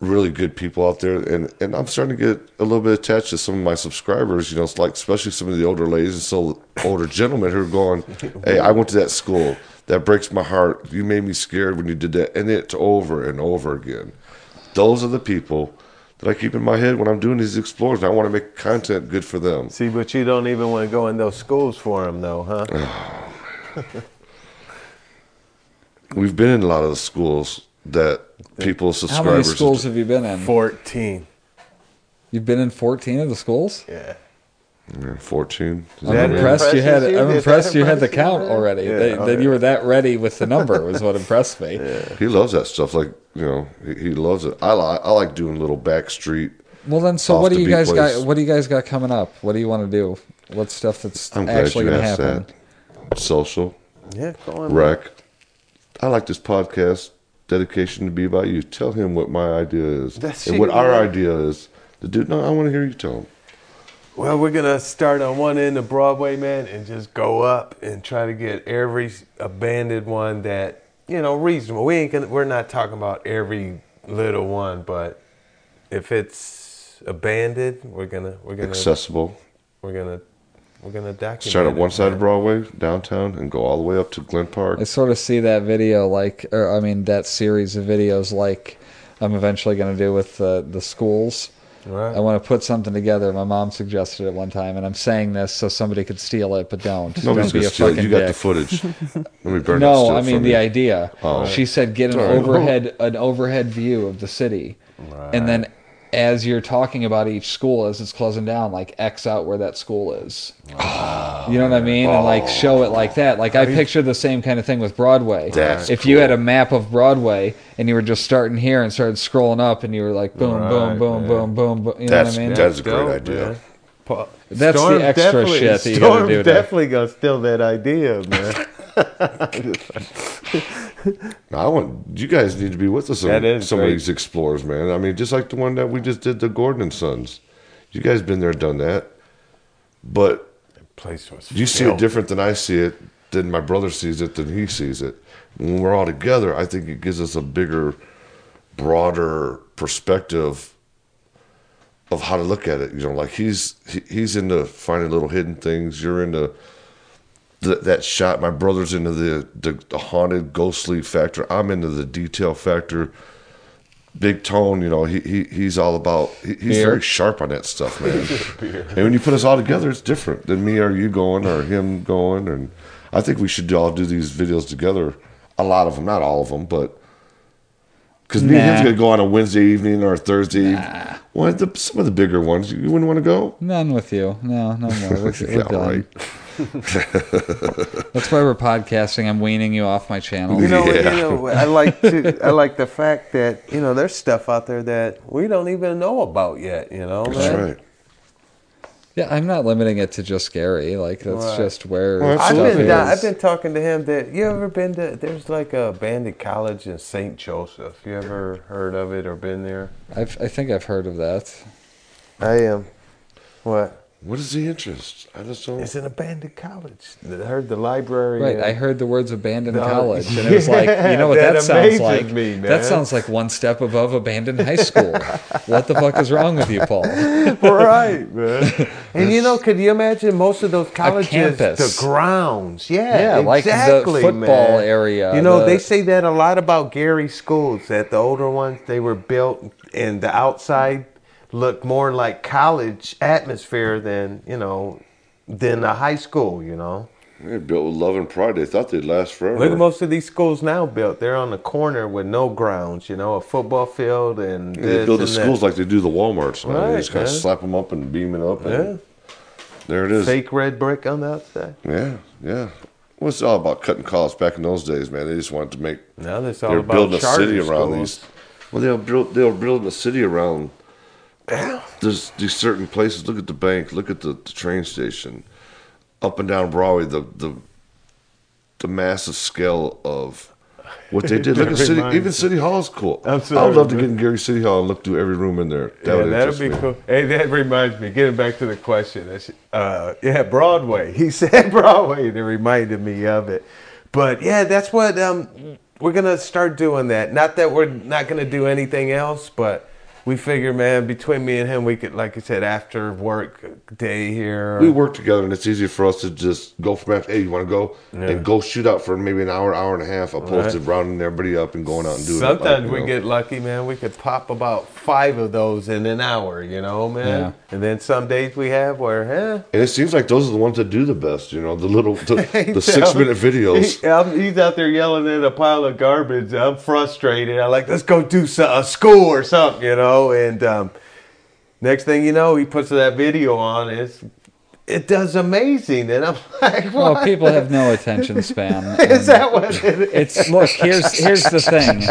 Speaker 2: really good people out there, and and I'm starting to get a little bit attached to some of my subscribers. You know, it's like especially some of the older ladies and so older gentlemen who are going, "Hey, I went to that school. That breaks my heart. You made me scared when you did that," and it's over and over again. Those are the people that I keep in my head when I'm doing these explores. And I want to make content good for them.
Speaker 1: See, but you don't even want to go in those schools for them, though, huh?
Speaker 2: We've been in a lot of the schools that people
Speaker 3: How
Speaker 2: subscribers.
Speaker 3: many schools have you been in?
Speaker 1: 14.
Speaker 3: You've been in 14 of the schools?
Speaker 1: Yeah.
Speaker 2: Yeah, Fourteen. Is
Speaker 3: I'm
Speaker 2: that
Speaker 1: That
Speaker 2: it?
Speaker 3: impressed you had
Speaker 1: impresses you?
Speaker 3: I'm
Speaker 1: Did that
Speaker 3: impressed you had the
Speaker 1: impress you
Speaker 3: count already.
Speaker 1: already?
Speaker 3: That,
Speaker 2: oh,
Speaker 3: that you were that ready with the number was what impressed me.
Speaker 2: He loves that stuff. Like you know, he, he loves it. I like I like doing little backstreet.
Speaker 3: Well then so
Speaker 2: Off
Speaker 3: what do
Speaker 2: the
Speaker 3: you
Speaker 2: beat
Speaker 3: guys
Speaker 2: place.
Speaker 3: got what do you guys got coming up? What do you want to do? What stuff that's
Speaker 2: I'm glad
Speaker 3: actually
Speaker 2: you
Speaker 3: going to
Speaker 2: asked
Speaker 3: happen?
Speaker 2: that. Social
Speaker 1: Yeah, go on.
Speaker 2: wreck. I like this podcast dedication to be about you. Tell him what my idea is
Speaker 1: That's
Speaker 2: and what
Speaker 1: you.
Speaker 2: our idea is. The dude, no, I want to hear you tell him.
Speaker 1: Well, we're gonna start on one end of Broadway, man, and just go up and try to get every abandoned one that you know reasonable. We ain't gonna, we're not talking about every little one, but if it's abandoned, we're gonna we're gonna
Speaker 2: Accessible.
Speaker 1: we're gonna we're gonna document.
Speaker 2: Start at
Speaker 1: it,
Speaker 2: one side of
Speaker 1: man.
Speaker 2: Broadway, downtown, and go all the way up to Glen Park.
Speaker 3: I sort of see that video like, or I mean, that series of videos like I'm eventually going to do with the the schools.
Speaker 1: Right.
Speaker 3: I want to put something together. My mom suggested it one time, and I'm saying this so somebody could steal it, but don't.
Speaker 2: Nobody's gonna
Speaker 3: don't be a
Speaker 2: steal it.
Speaker 3: fucking
Speaker 2: You got the
Speaker 3: dick.
Speaker 2: footage. Let me burn that
Speaker 3: No,
Speaker 2: stuff
Speaker 3: I mean
Speaker 2: from
Speaker 3: the
Speaker 2: you.
Speaker 3: idea.
Speaker 2: Oh.
Speaker 3: She said get an
Speaker 2: Sorry.
Speaker 3: overhead an overhead view of the city, and then as you're talking about each school as it's closing down, like X out where that school is. You know what I mean? And
Speaker 2: Oh.
Speaker 3: like show it like that. Like I picture the same kind of thing with Broadway.
Speaker 2: That's
Speaker 3: if you had a map of Broadway and you were just starting here and started scrolling up and you were like boom, boom,
Speaker 1: Right,
Speaker 3: boom,
Speaker 1: yeah.
Speaker 3: boom, boom, boom, you know
Speaker 2: That's
Speaker 3: what I mean?
Speaker 2: that's a great
Speaker 1: Dope,
Speaker 2: idea.
Speaker 1: man. Pa-
Speaker 3: That's the extra
Speaker 1: definitely-
Speaker 3: shit that you gotta
Speaker 1: Storm
Speaker 3: do to-
Speaker 1: definitely gonna steal that idea, man.
Speaker 2: No, I want you guys need to be with us
Speaker 1: That
Speaker 2: on
Speaker 1: is
Speaker 2: some of
Speaker 1: great.
Speaker 2: these explores, man. I mean, just like the one that we just did, the Gordon and Sons. You guys been there, done that, but
Speaker 1: Place was
Speaker 2: you see it different than I see it, than my brother sees it, than he sees it. When we're all together, I think it gives us a bigger, broader perspective of how to look at it. You know, like he's he, he's into finding little hidden things. You're into th- that shot. My brother's into the, the the haunted, ghostly factor. I'm into the detail factor. Big Tone, you know, he, he he's all about. He, he's
Speaker 3: Beer.
Speaker 2: very sharp on that stuff, man. and when you put us all together, it's different than me or you going or him going. And I think we should all do these videos together. A lot of them, not all of them, but because me and him's
Speaker 3: Nah.
Speaker 2: gonna go on a Wednesday evening or a Thursday. Nah. Well, the, some of the bigger ones, you wouldn't want to go.
Speaker 3: None with you. No, no more. We're, we're
Speaker 2: Yeah,
Speaker 3: done.
Speaker 2: right.
Speaker 3: That's why we're podcasting. I'm weaning you off my channel.
Speaker 1: You know,
Speaker 2: Yeah.
Speaker 1: you know, I like to, I like the fact that you know there's stuff out there that we don't even know about yet. You know,
Speaker 2: That's
Speaker 1: man?
Speaker 2: right.
Speaker 3: Yeah, I'm not limiting it to just scary. Like that's
Speaker 1: Right.
Speaker 3: just where
Speaker 2: Well,
Speaker 3: stuff
Speaker 1: I've been
Speaker 3: is.
Speaker 1: down, I've been talking to him. That you ever been to? There's like a bandit college in Saint Joseph. You ever heard of it or been there?
Speaker 3: I've, I think I've heard of that.
Speaker 1: I am. What?
Speaker 2: What is the interest? I just don't.
Speaker 1: It's an abandoned college. I heard the library.
Speaker 3: Right,
Speaker 1: uh,
Speaker 3: I heard the words abandoned
Speaker 1: No,
Speaker 3: college, and it was like, you know what
Speaker 1: yeah,
Speaker 3: that,
Speaker 1: that
Speaker 3: sounds
Speaker 1: amazes
Speaker 3: like?
Speaker 1: me,
Speaker 3: That
Speaker 1: man.
Speaker 3: sounds like one step above abandoned high school. what the fuck is wrong with you, Paul?
Speaker 1: right, man. And you know, could you imagine most of those colleges,
Speaker 3: campus.
Speaker 1: the grounds? Yeah,
Speaker 3: Yeah, like the
Speaker 1: exactly,
Speaker 3: football
Speaker 1: man.
Speaker 3: area,
Speaker 1: You know,
Speaker 3: the-
Speaker 1: they say that a lot about Gary schools. That the older ones they were built, and the outside looked more like college atmosphere than you know than a high school. You know.
Speaker 2: They're built with love and pride. They thought they'd last forever.
Speaker 1: Look at most of these schools now built. They're on the corner with no grounds, you know, a football field and
Speaker 2: they
Speaker 1: this
Speaker 2: build the
Speaker 1: and that.
Speaker 2: schools like they do the WalMarts. Man. they
Speaker 1: Right,
Speaker 2: just kind of
Speaker 1: man.
Speaker 2: slap them up and beam it up. And There it is.
Speaker 1: fake red brick on the outside.
Speaker 2: Yeah, yeah. Well, it's all about cutting costs back in those days, man. They just wanted to make.
Speaker 1: Now it's all
Speaker 2: They're
Speaker 1: about
Speaker 2: building a
Speaker 1: charter
Speaker 2: city around
Speaker 1: schools.
Speaker 2: these. Well, they'll build. They'll build a city around. There's these certain places. Look at the bank. Look at the, the train station. Up and down Broadway, the the the massive scale of what they did. look at
Speaker 1: That
Speaker 2: city.
Speaker 1: reminds
Speaker 2: Even City Hall's cool.
Speaker 1: I'm
Speaker 2: I would
Speaker 1: sorry,
Speaker 2: love to
Speaker 1: man.
Speaker 2: get in Gary City Hall and look through every room in there. That
Speaker 1: Yeah,
Speaker 2: would
Speaker 1: that'd
Speaker 2: interest
Speaker 1: be
Speaker 2: me.
Speaker 1: cool. Hey, that reminds me. Getting back to the question, I should- uh, yeah, Broadway. He said Broadway, and it reminded me of it. But yeah, that's what um, we're gonna start doing. That not that we're not gonna do anything else, but we figured, man, between me and him, we could, like I said, after work day here.
Speaker 2: We work together, and it's easier for us to just go from after. Hey, you want to go and go shoot out for maybe an hour, hour and a half, opposed to rounding everybody up and going out and doing it.
Speaker 1: Sometimes
Speaker 2: like, you
Speaker 1: we
Speaker 2: know.
Speaker 1: get lucky, man. We could pop about five of those in an hour, you know, man.
Speaker 3: Yeah.
Speaker 1: And then some days we have where, eh,
Speaker 2: And it seems like those are the ones that do the best. You know, the little the, the
Speaker 1: He's
Speaker 2: six
Speaker 1: out-
Speaker 2: minute videos.
Speaker 1: he- I'm- he's out there yelling at a pile of garbage. I'm frustrated. I'm like, let's go do so, a school or something, you know. And um, next thing you know, he puts that video on. It's it does amazing, and I'm like, what?
Speaker 3: Well, people have no attention span.
Speaker 1: Is
Speaker 3: and
Speaker 1: that what it is?
Speaker 3: It's look here's here's the thing.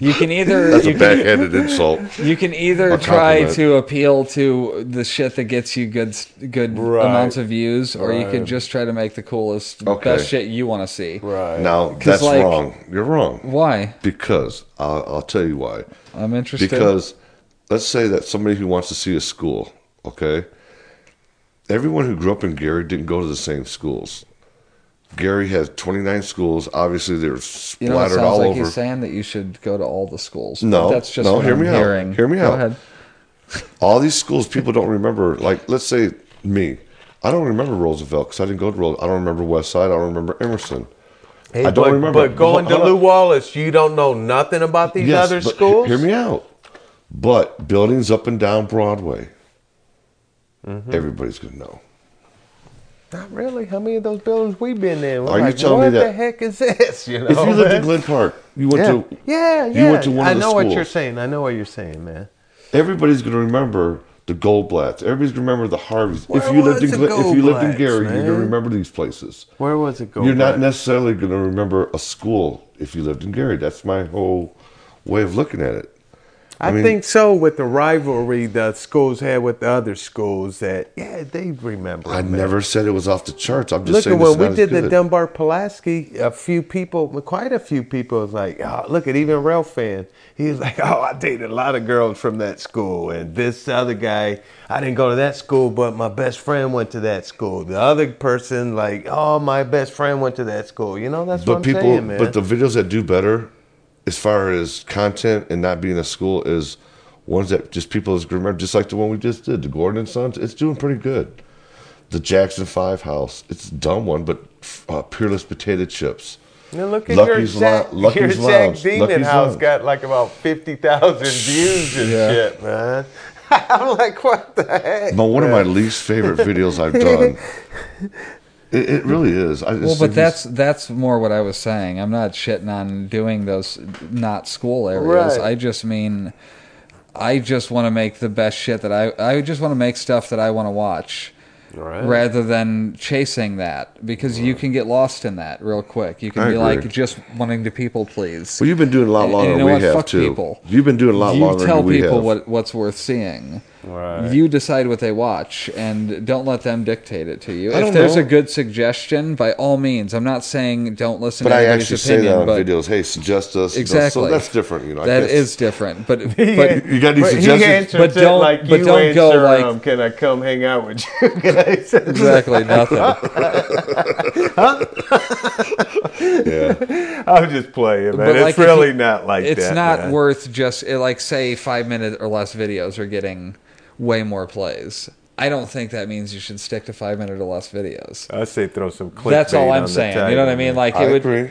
Speaker 3: You can either
Speaker 2: That's
Speaker 3: you
Speaker 2: a
Speaker 3: can,
Speaker 2: backhanded insult.
Speaker 3: You can either
Speaker 2: Or
Speaker 3: try
Speaker 2: compliment.
Speaker 3: to appeal to the shit that gets you good good
Speaker 1: Right.
Speaker 3: amounts of views, or you could just try to make the coolest,
Speaker 2: Okay.
Speaker 3: best shit you want to see.
Speaker 1: Right.
Speaker 2: Now that's
Speaker 3: like-
Speaker 2: wrong. You're wrong
Speaker 3: Why?
Speaker 2: because I'll, I'll tell you why.
Speaker 3: I'm interested.
Speaker 2: Because let's say that somebody who wants to see a school, okay? Everyone who grew up in Gary didn't go to the same schools. Gary has 29 schools. Obviously, they're
Speaker 3: you know, it
Speaker 2: splattered
Speaker 3: sounds
Speaker 2: all
Speaker 3: like
Speaker 2: over.
Speaker 3: he's saying that you should go to all the schools.
Speaker 2: No,
Speaker 3: but that's just
Speaker 2: no,
Speaker 3: what
Speaker 2: hear
Speaker 3: I'm
Speaker 2: me out.
Speaker 3: hearing.
Speaker 2: Hear me
Speaker 3: Go
Speaker 2: out.
Speaker 3: ahead.
Speaker 2: all these schools people don't remember. Like, let's say me. I don't remember Roosevelt because I didn't go to Roosevelt. I don't remember West Side. I don't remember Emerson. I don't
Speaker 1: but,
Speaker 2: remember.
Speaker 1: But going to
Speaker 2: Hold on.
Speaker 1: Lou Wallace, you don't know nothing about these
Speaker 2: Yes,
Speaker 1: other
Speaker 2: but he-
Speaker 1: schools.
Speaker 2: Hear me out. But buildings up and down Broadway,
Speaker 1: Mm-hmm.
Speaker 2: everybody's going to know.
Speaker 1: Not really. How many of those buildings we been in? We're
Speaker 2: Are you
Speaker 1: like,
Speaker 2: telling me
Speaker 1: what the
Speaker 2: that-
Speaker 1: heck is this? You know,
Speaker 2: If you lived
Speaker 1: man?
Speaker 2: in Glen Park, you went
Speaker 1: yeah.
Speaker 2: to
Speaker 1: yeah,
Speaker 2: you
Speaker 1: yeah.
Speaker 2: went to one
Speaker 1: I
Speaker 2: of the
Speaker 1: know what you're
Speaker 2: schools.
Speaker 1: saying. I know what you're saying, man.
Speaker 2: everybody's going to remember the Goldblatts. Everybody's going to remember the Harveys.
Speaker 1: Where
Speaker 2: if you lived in
Speaker 1: was the
Speaker 2: Glen, if you lived in
Speaker 1: Goldblatts,
Speaker 2: Gary, you're going
Speaker 1: man?
Speaker 2: to remember these places.
Speaker 1: Where was it going?
Speaker 2: you're not necessarily going to remember a school if you lived in Gary. That's my whole way of looking at it.
Speaker 1: I,
Speaker 2: mean-
Speaker 1: think so. With the rivalry the schools had with the other schools, that yeah, they remember.
Speaker 3: Oh,
Speaker 2: I
Speaker 1: man.
Speaker 2: never said it was off the charts. I'm just
Speaker 1: Look
Speaker 2: saying
Speaker 1: at
Speaker 2: it's
Speaker 1: when
Speaker 2: not
Speaker 1: we did
Speaker 2: as
Speaker 1: the
Speaker 2: good.
Speaker 1: Dunbar Pulaski, a few people, quite a few people was like, oh, look at even Ralph fan. He was like, oh, I dated a lot of girls from that school. And this other guy, I didn't go to that school, but my best friend went to that school. The other person, like, oh, my best friend went to that school. You know, that's what
Speaker 2: but
Speaker 1: I'm
Speaker 2: people,
Speaker 1: saying, man.
Speaker 2: but the videos that do better, as far as content and not being a school, is ones that just people is gonna remember. Just like the one we just did, the Gordon and Sons, it's doing pretty good. The Jackson Five House, it's a dumb one, but uh, Peerless Potato Chips.
Speaker 1: Now look at
Speaker 2: Lucky's
Speaker 1: your Zach,
Speaker 2: Lou- Lucky's
Speaker 1: your
Speaker 2: Lounge.
Speaker 1: Zach Demon
Speaker 2: Lucky's
Speaker 1: House
Speaker 2: Lounge.
Speaker 1: got like about 50,000 views and
Speaker 3: Yeah.
Speaker 1: shit, man. I'm like, what the heck?
Speaker 2: But one of my least favorite videos I've done. It, it really is. I just
Speaker 3: Well,
Speaker 2: think
Speaker 3: but
Speaker 2: it's-
Speaker 3: that's that's more what I was saying. I'm not shitting on doing those not school areas.
Speaker 1: Right.
Speaker 3: I just mean, I just want to make the best shit that I. I just want to make stuff that I want to watch,
Speaker 1: Right.
Speaker 3: rather than chasing that because you can get lost in that real quick. You can
Speaker 2: I
Speaker 3: be
Speaker 2: agree.
Speaker 3: like just wanting to people please.
Speaker 2: Well, you've been doing a lot
Speaker 3: And-
Speaker 2: longer
Speaker 3: and you
Speaker 2: than
Speaker 3: know
Speaker 2: we
Speaker 3: what?
Speaker 2: have
Speaker 3: Fuck
Speaker 2: too.
Speaker 3: people.
Speaker 2: You've been doing a lot
Speaker 3: you
Speaker 2: longer
Speaker 3: tell
Speaker 2: than we
Speaker 3: people
Speaker 2: have.
Speaker 3: what what's worth seeing.
Speaker 1: Right.
Speaker 3: You decide what they watch, and don't let them dictate it to you.
Speaker 2: I
Speaker 3: If
Speaker 2: don't
Speaker 3: there's
Speaker 2: know.
Speaker 3: a good suggestion, by all means, I'm not saying don't listen.
Speaker 2: but
Speaker 3: to
Speaker 2: I
Speaker 3: everybody's
Speaker 2: actually say that
Speaker 3: opinion,
Speaker 2: on
Speaker 3: but
Speaker 2: videos. Hey, suggest us. you know,
Speaker 3: Exactly.
Speaker 2: so that's different. You know,
Speaker 3: That
Speaker 2: I guess.
Speaker 3: is different. But but
Speaker 2: You got any
Speaker 1: But he
Speaker 2: suggestions?
Speaker 1: answers
Speaker 3: But
Speaker 1: it
Speaker 3: don't-
Speaker 1: like
Speaker 3: but
Speaker 1: you
Speaker 3: don't go
Speaker 1: answer,
Speaker 3: like-
Speaker 1: um, can I come hang out with you guys?
Speaker 3: exactly nothing.
Speaker 2: Yeah.
Speaker 1: I'm just playing, man.
Speaker 3: But
Speaker 1: it's
Speaker 3: like, if you-
Speaker 1: really not like
Speaker 3: It's
Speaker 1: that.
Speaker 3: not
Speaker 1: man.
Speaker 3: worth just it, like say five minute or less videos are getting way more plays. I don't think that means you should stick to five minute or less videos.
Speaker 1: I say throw some clickbait
Speaker 3: That's all
Speaker 1: on
Speaker 3: I'm
Speaker 1: the
Speaker 3: saying. You
Speaker 1: title,
Speaker 3: know what I mean?
Speaker 1: man.
Speaker 3: Like
Speaker 2: I
Speaker 3: it would
Speaker 2: agree.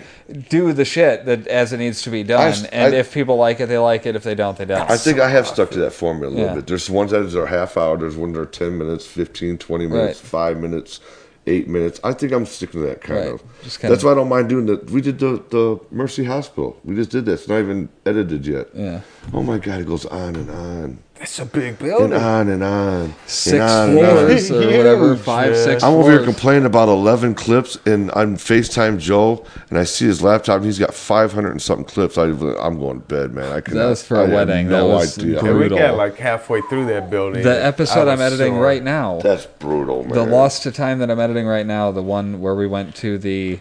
Speaker 3: do the shit that as it needs to be
Speaker 2: I
Speaker 3: done.
Speaker 2: s-
Speaker 3: and
Speaker 2: I-
Speaker 3: if people like it, they like it. If they don't, they don't.
Speaker 2: I think I have stuck to that formula a little
Speaker 3: Yeah.
Speaker 2: bit. There's ones that are half hour. There's ones that are 10 minutes, 15, 20 minutes,
Speaker 3: Right.
Speaker 2: 5 minutes, 8 minutes. I think I'm sticking to that kind
Speaker 3: Right.
Speaker 2: of.
Speaker 3: Just kind
Speaker 2: That's
Speaker 3: of-
Speaker 2: why I don't mind doing that. We did the, the Mercy Hospital. We just did that. It's not even edited yet.
Speaker 3: Yeah.
Speaker 2: Oh my God, it goes on and on
Speaker 1: That's a big
Speaker 2: and
Speaker 1: building.
Speaker 2: on and on. and
Speaker 3: Oh, six
Speaker 2: on and on.
Speaker 3: floors or
Speaker 1: Huge,
Speaker 3: whatever. Five,
Speaker 1: man.
Speaker 3: six.
Speaker 2: I'm over here
Speaker 3: floors.
Speaker 2: complaining about 11 clips, and I'm FaceTime Joe, and I see his laptop, and he's got 500 and something clips. I, I'm going to bed, man. I cannot,
Speaker 3: That was for a
Speaker 2: I have
Speaker 3: wedding. That was
Speaker 1: And we
Speaker 3: brutal.
Speaker 1: got like halfway through that building.
Speaker 3: The episode
Speaker 1: I
Speaker 3: I'm
Speaker 1: was
Speaker 3: editing
Speaker 1: sore.
Speaker 3: right now.
Speaker 2: That's brutal, man.
Speaker 3: the lost to time that I'm editing right now, the one where we went to the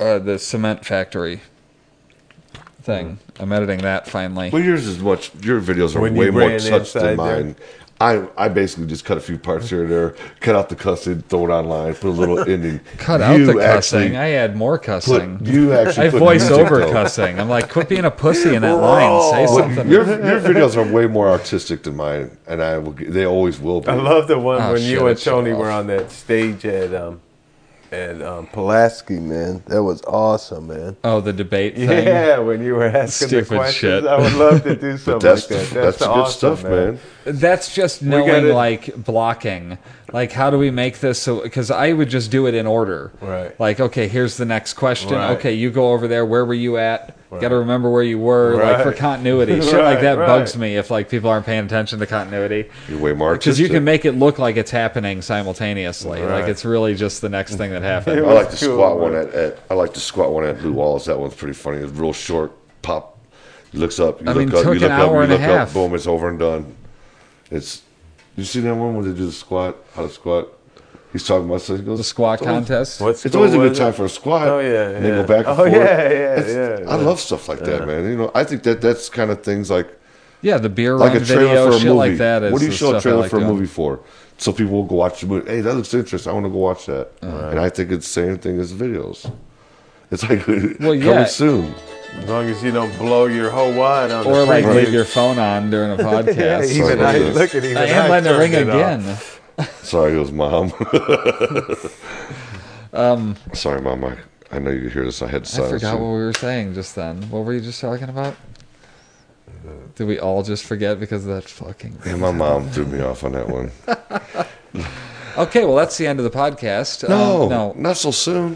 Speaker 3: uh, the cement factory thing. I'm editing that finally.
Speaker 2: Well, yours is much. Your videos are
Speaker 1: When you
Speaker 2: way more
Speaker 1: ran
Speaker 2: touched
Speaker 1: inside
Speaker 2: than mine. I I basically just cut a few parts here and there, cut out the cussing, throw it online, put a little ending.
Speaker 3: Cut out
Speaker 2: You
Speaker 3: the cussing.
Speaker 2: actually
Speaker 3: I add more cussing.
Speaker 2: Put, you actually
Speaker 3: I
Speaker 2: put
Speaker 3: voice
Speaker 2: music,
Speaker 3: over
Speaker 2: though.
Speaker 3: cussing. I'm like, quit being a pussy in that line. Say
Speaker 2: Look,
Speaker 3: something.
Speaker 2: your, your videos are way more artistic than mine, and I will. g- They always will be.
Speaker 1: I love the one
Speaker 3: Oh,
Speaker 1: when
Speaker 3: shit,
Speaker 1: you and
Speaker 3: it shut
Speaker 1: Tony
Speaker 3: off.
Speaker 1: were on that stage at um at um
Speaker 4: Pulaski, man. That was awesome, man.
Speaker 3: Oh, the debate thing.
Speaker 1: yeah, when you were asking the
Speaker 3: Stupid
Speaker 1: questions,
Speaker 3: shit.
Speaker 1: I would love to do something
Speaker 2: that's
Speaker 1: like that.
Speaker 2: that's, good
Speaker 1: awesome,
Speaker 2: stuff, man.
Speaker 3: That's just knowing
Speaker 1: gotta-
Speaker 3: like blocking. Like how do we make this so cuz I would just do it in order.
Speaker 1: Right.
Speaker 3: Like okay, here's the next question.
Speaker 1: Right.
Speaker 3: Okay, you go over there. Where were you at? Got to remember where you were like for
Speaker 1: Right.
Speaker 3: continuity. Shit like
Speaker 1: Right,
Speaker 3: that
Speaker 1: right.
Speaker 3: bugs me if like people aren't paying attention to continuity.
Speaker 2: You're way more
Speaker 3: Cuz
Speaker 2: artistic.
Speaker 3: you can make it look like it's happening simultaneously. Like
Speaker 1: Right.
Speaker 3: it's really just the next thing that happened.
Speaker 2: I like to
Speaker 1: Cool,
Speaker 2: squat
Speaker 1: man.
Speaker 2: one at, at. I like to squat one at Lou Wallace. That one's pretty funny. It's real short. Pop. He looks up. You
Speaker 3: I
Speaker 2: look
Speaker 3: mean,
Speaker 2: up.
Speaker 3: took
Speaker 2: you
Speaker 3: an
Speaker 2: look up.
Speaker 3: hour
Speaker 2: You
Speaker 3: and a
Speaker 2: look up.
Speaker 3: half.
Speaker 2: Boom. It's over and done. It's. You see that one when they do the squat? How to squat? He's talking about something. He goes,
Speaker 3: The squat
Speaker 2: "It's always-
Speaker 3: contest.
Speaker 1: What's
Speaker 2: It's always a good time for a squat.
Speaker 1: Oh, yeah,
Speaker 2: and they
Speaker 1: yeah.
Speaker 2: go back and
Speaker 1: Oh,
Speaker 2: forth.
Speaker 1: yeah, yeah,
Speaker 2: It's-
Speaker 1: yeah,
Speaker 2: I love stuff like that, man. You know, I think that that's kind of things like
Speaker 3: Yeah, the beer
Speaker 2: like
Speaker 3: run
Speaker 2: a trailer
Speaker 3: video,
Speaker 2: for a
Speaker 3: shit
Speaker 2: movie.
Speaker 3: like that. Is
Speaker 2: what do you
Speaker 3: the
Speaker 2: show a
Speaker 3: stuff I
Speaker 2: trailer
Speaker 3: like
Speaker 2: for a
Speaker 3: doing.
Speaker 2: movie for? So people will go watch the movie. Hey, that looks interesting. I want to go watch that. And I think it's the same thing as videos. It's like coming
Speaker 3: yeah.
Speaker 2: soon.
Speaker 1: As long as you don't blow your whole wad on
Speaker 3: Or
Speaker 1: the
Speaker 3: like
Speaker 1: freeway.
Speaker 3: leave your phone on during a podcast.
Speaker 2: Sorry,
Speaker 1: even
Speaker 2: what
Speaker 1: I
Speaker 2: is
Speaker 1: look
Speaker 2: this?
Speaker 1: at even
Speaker 3: I am
Speaker 1: I
Speaker 3: letting it
Speaker 1: turned
Speaker 3: ring
Speaker 1: it off.
Speaker 3: again.
Speaker 2: Sorry, it was mom. um, Sorry, mom. I, I know you hear this. I had to
Speaker 3: Um, I
Speaker 2: silence.
Speaker 3: forgot what
Speaker 2: you.
Speaker 3: we were saying just then. What were you just talking about?
Speaker 1: Uh,
Speaker 3: Did we all just forget because of that fucking?
Speaker 2: Yeah, my mom threw me off on that one.
Speaker 3: Okay, well that's the end of the podcast.
Speaker 2: No,
Speaker 3: um, no,
Speaker 2: not so soon.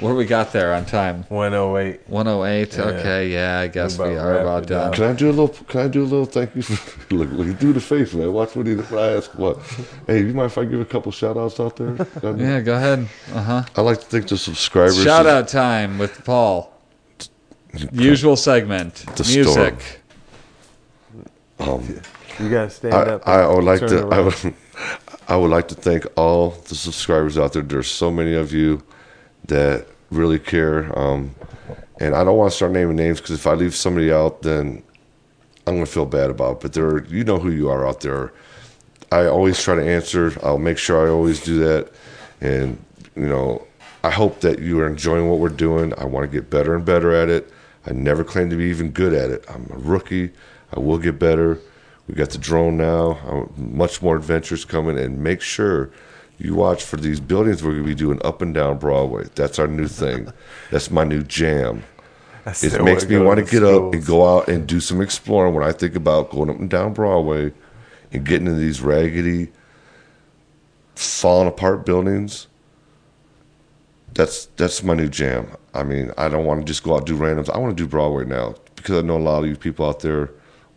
Speaker 3: where we got there on time.
Speaker 1: 108.
Speaker 3: 108. Okay, yeah, I guess
Speaker 1: We're
Speaker 3: we
Speaker 1: about
Speaker 3: are
Speaker 1: wrapping
Speaker 3: about
Speaker 1: it up.
Speaker 3: done.
Speaker 2: Can I do a little? Can I do a little? Thank you for look, look do the face, man. Watch what he what I ask. What? Hey, you mind if I give a couple shout outs out there? I,
Speaker 3: Yeah, go ahead. Uh huh.
Speaker 2: I like to think the subscribers.
Speaker 3: Shout out time with Paul. Usual segment.
Speaker 2: The
Speaker 3: Music.
Speaker 2: Um,
Speaker 1: You gotta stand
Speaker 2: I,
Speaker 1: up.
Speaker 2: I would like
Speaker 1: Turn
Speaker 2: to. I
Speaker 1: around.
Speaker 2: would, I would like to thank all the subscribers out there. There's so many of you that really care. Um, and I don't want to start naming names because if I leave somebody out, then I'm gonna feel bad about. It. But there, are- you know who you are out there. I always try to answer. I'll make sure I always do that. And you know, I hope that you are enjoying what we're doing. I want to get better and better at it. I never claim to be even good at it. I'm a rookie. I will get better. We got the drone now. I- Much more adventures coming. And make sure you watch for these buildings we're gonna be doing up and down Broadway. That's our new thing. That's my new jam. It
Speaker 1: still
Speaker 2: makes
Speaker 1: wanna
Speaker 2: me
Speaker 1: go
Speaker 2: want to
Speaker 1: to
Speaker 2: get up
Speaker 1: schools.
Speaker 2: and go out and do some exploring. When I think about going up and down Broadway and getting into these raggedy, falling apart buildings, that's that's my new jam. I mean, I don't want to just go out and do randoms. I want to do Broadway now because I know a lot of you people out there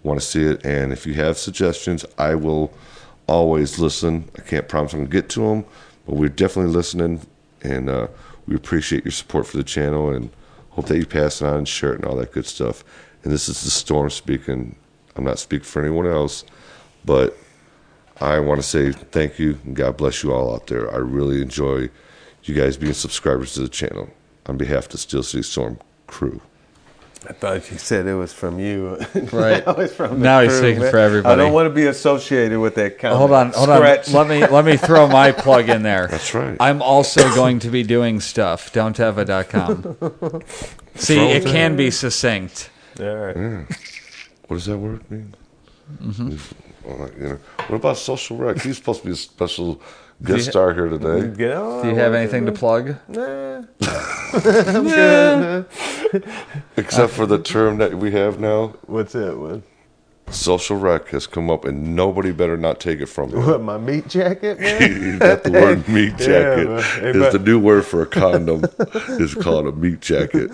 Speaker 2: want to see it. And if you have suggestions, I will always listen. I can't promise I'm going to get to them, but we're definitely listening. And uh, we appreciate your support for the channel and hope that you pass it on and share it and all that good stuff. And this is the storm speaking. I'm not speaking for anyone else, but I want to say thank you and God bless you all out there. I really enjoy you guys being subscribers to the channel on behalf of the Steel City Storm crew.
Speaker 1: I thought you said it was from you.
Speaker 3: Right.
Speaker 1: now it's from the
Speaker 3: Now he's
Speaker 1: crew,
Speaker 3: speaking
Speaker 1: man.
Speaker 3: for everybody.
Speaker 1: I don't want to be associated with that comment.
Speaker 3: Hold on, hold
Speaker 1: Scratch.
Speaker 3: on. Let me let me throw my plug in there. That's
Speaker 2: right.
Speaker 3: I'm also going to be doing stuff. Don'teva.com. See, it can be succinct.
Speaker 1: All right.
Speaker 2: What does that word mean? All right, you know. What about social rec? He's supposed to be a special guest star here today.
Speaker 1: Get on.
Speaker 3: Do you have anything to plug?
Speaker 2: Except for the term that we have now,
Speaker 1: What's it? What,
Speaker 2: social rec has come up, and nobody better not take it from him.
Speaker 1: what, my meat jacket, man?
Speaker 2: That the word meat jacket
Speaker 1: man. Hey,
Speaker 2: is
Speaker 1: but-
Speaker 2: the new word for a condom. is called a meat jacket.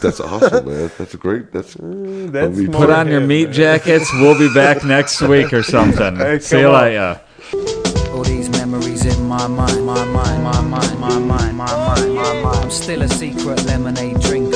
Speaker 2: That's awesome, man. That's a great. That's
Speaker 1: That's
Speaker 2: we put
Speaker 3: Put
Speaker 1: more
Speaker 3: on your
Speaker 1: hip,
Speaker 3: meat
Speaker 1: man.
Speaker 3: jackets. We'll be back next week or something.
Speaker 1: Hey,
Speaker 3: See you
Speaker 1: come on.
Speaker 3: later.
Speaker 6: All these memories in my mind, my mind, my mind, my mind, my mind, my mind. I'm still a secret lemonade drinker.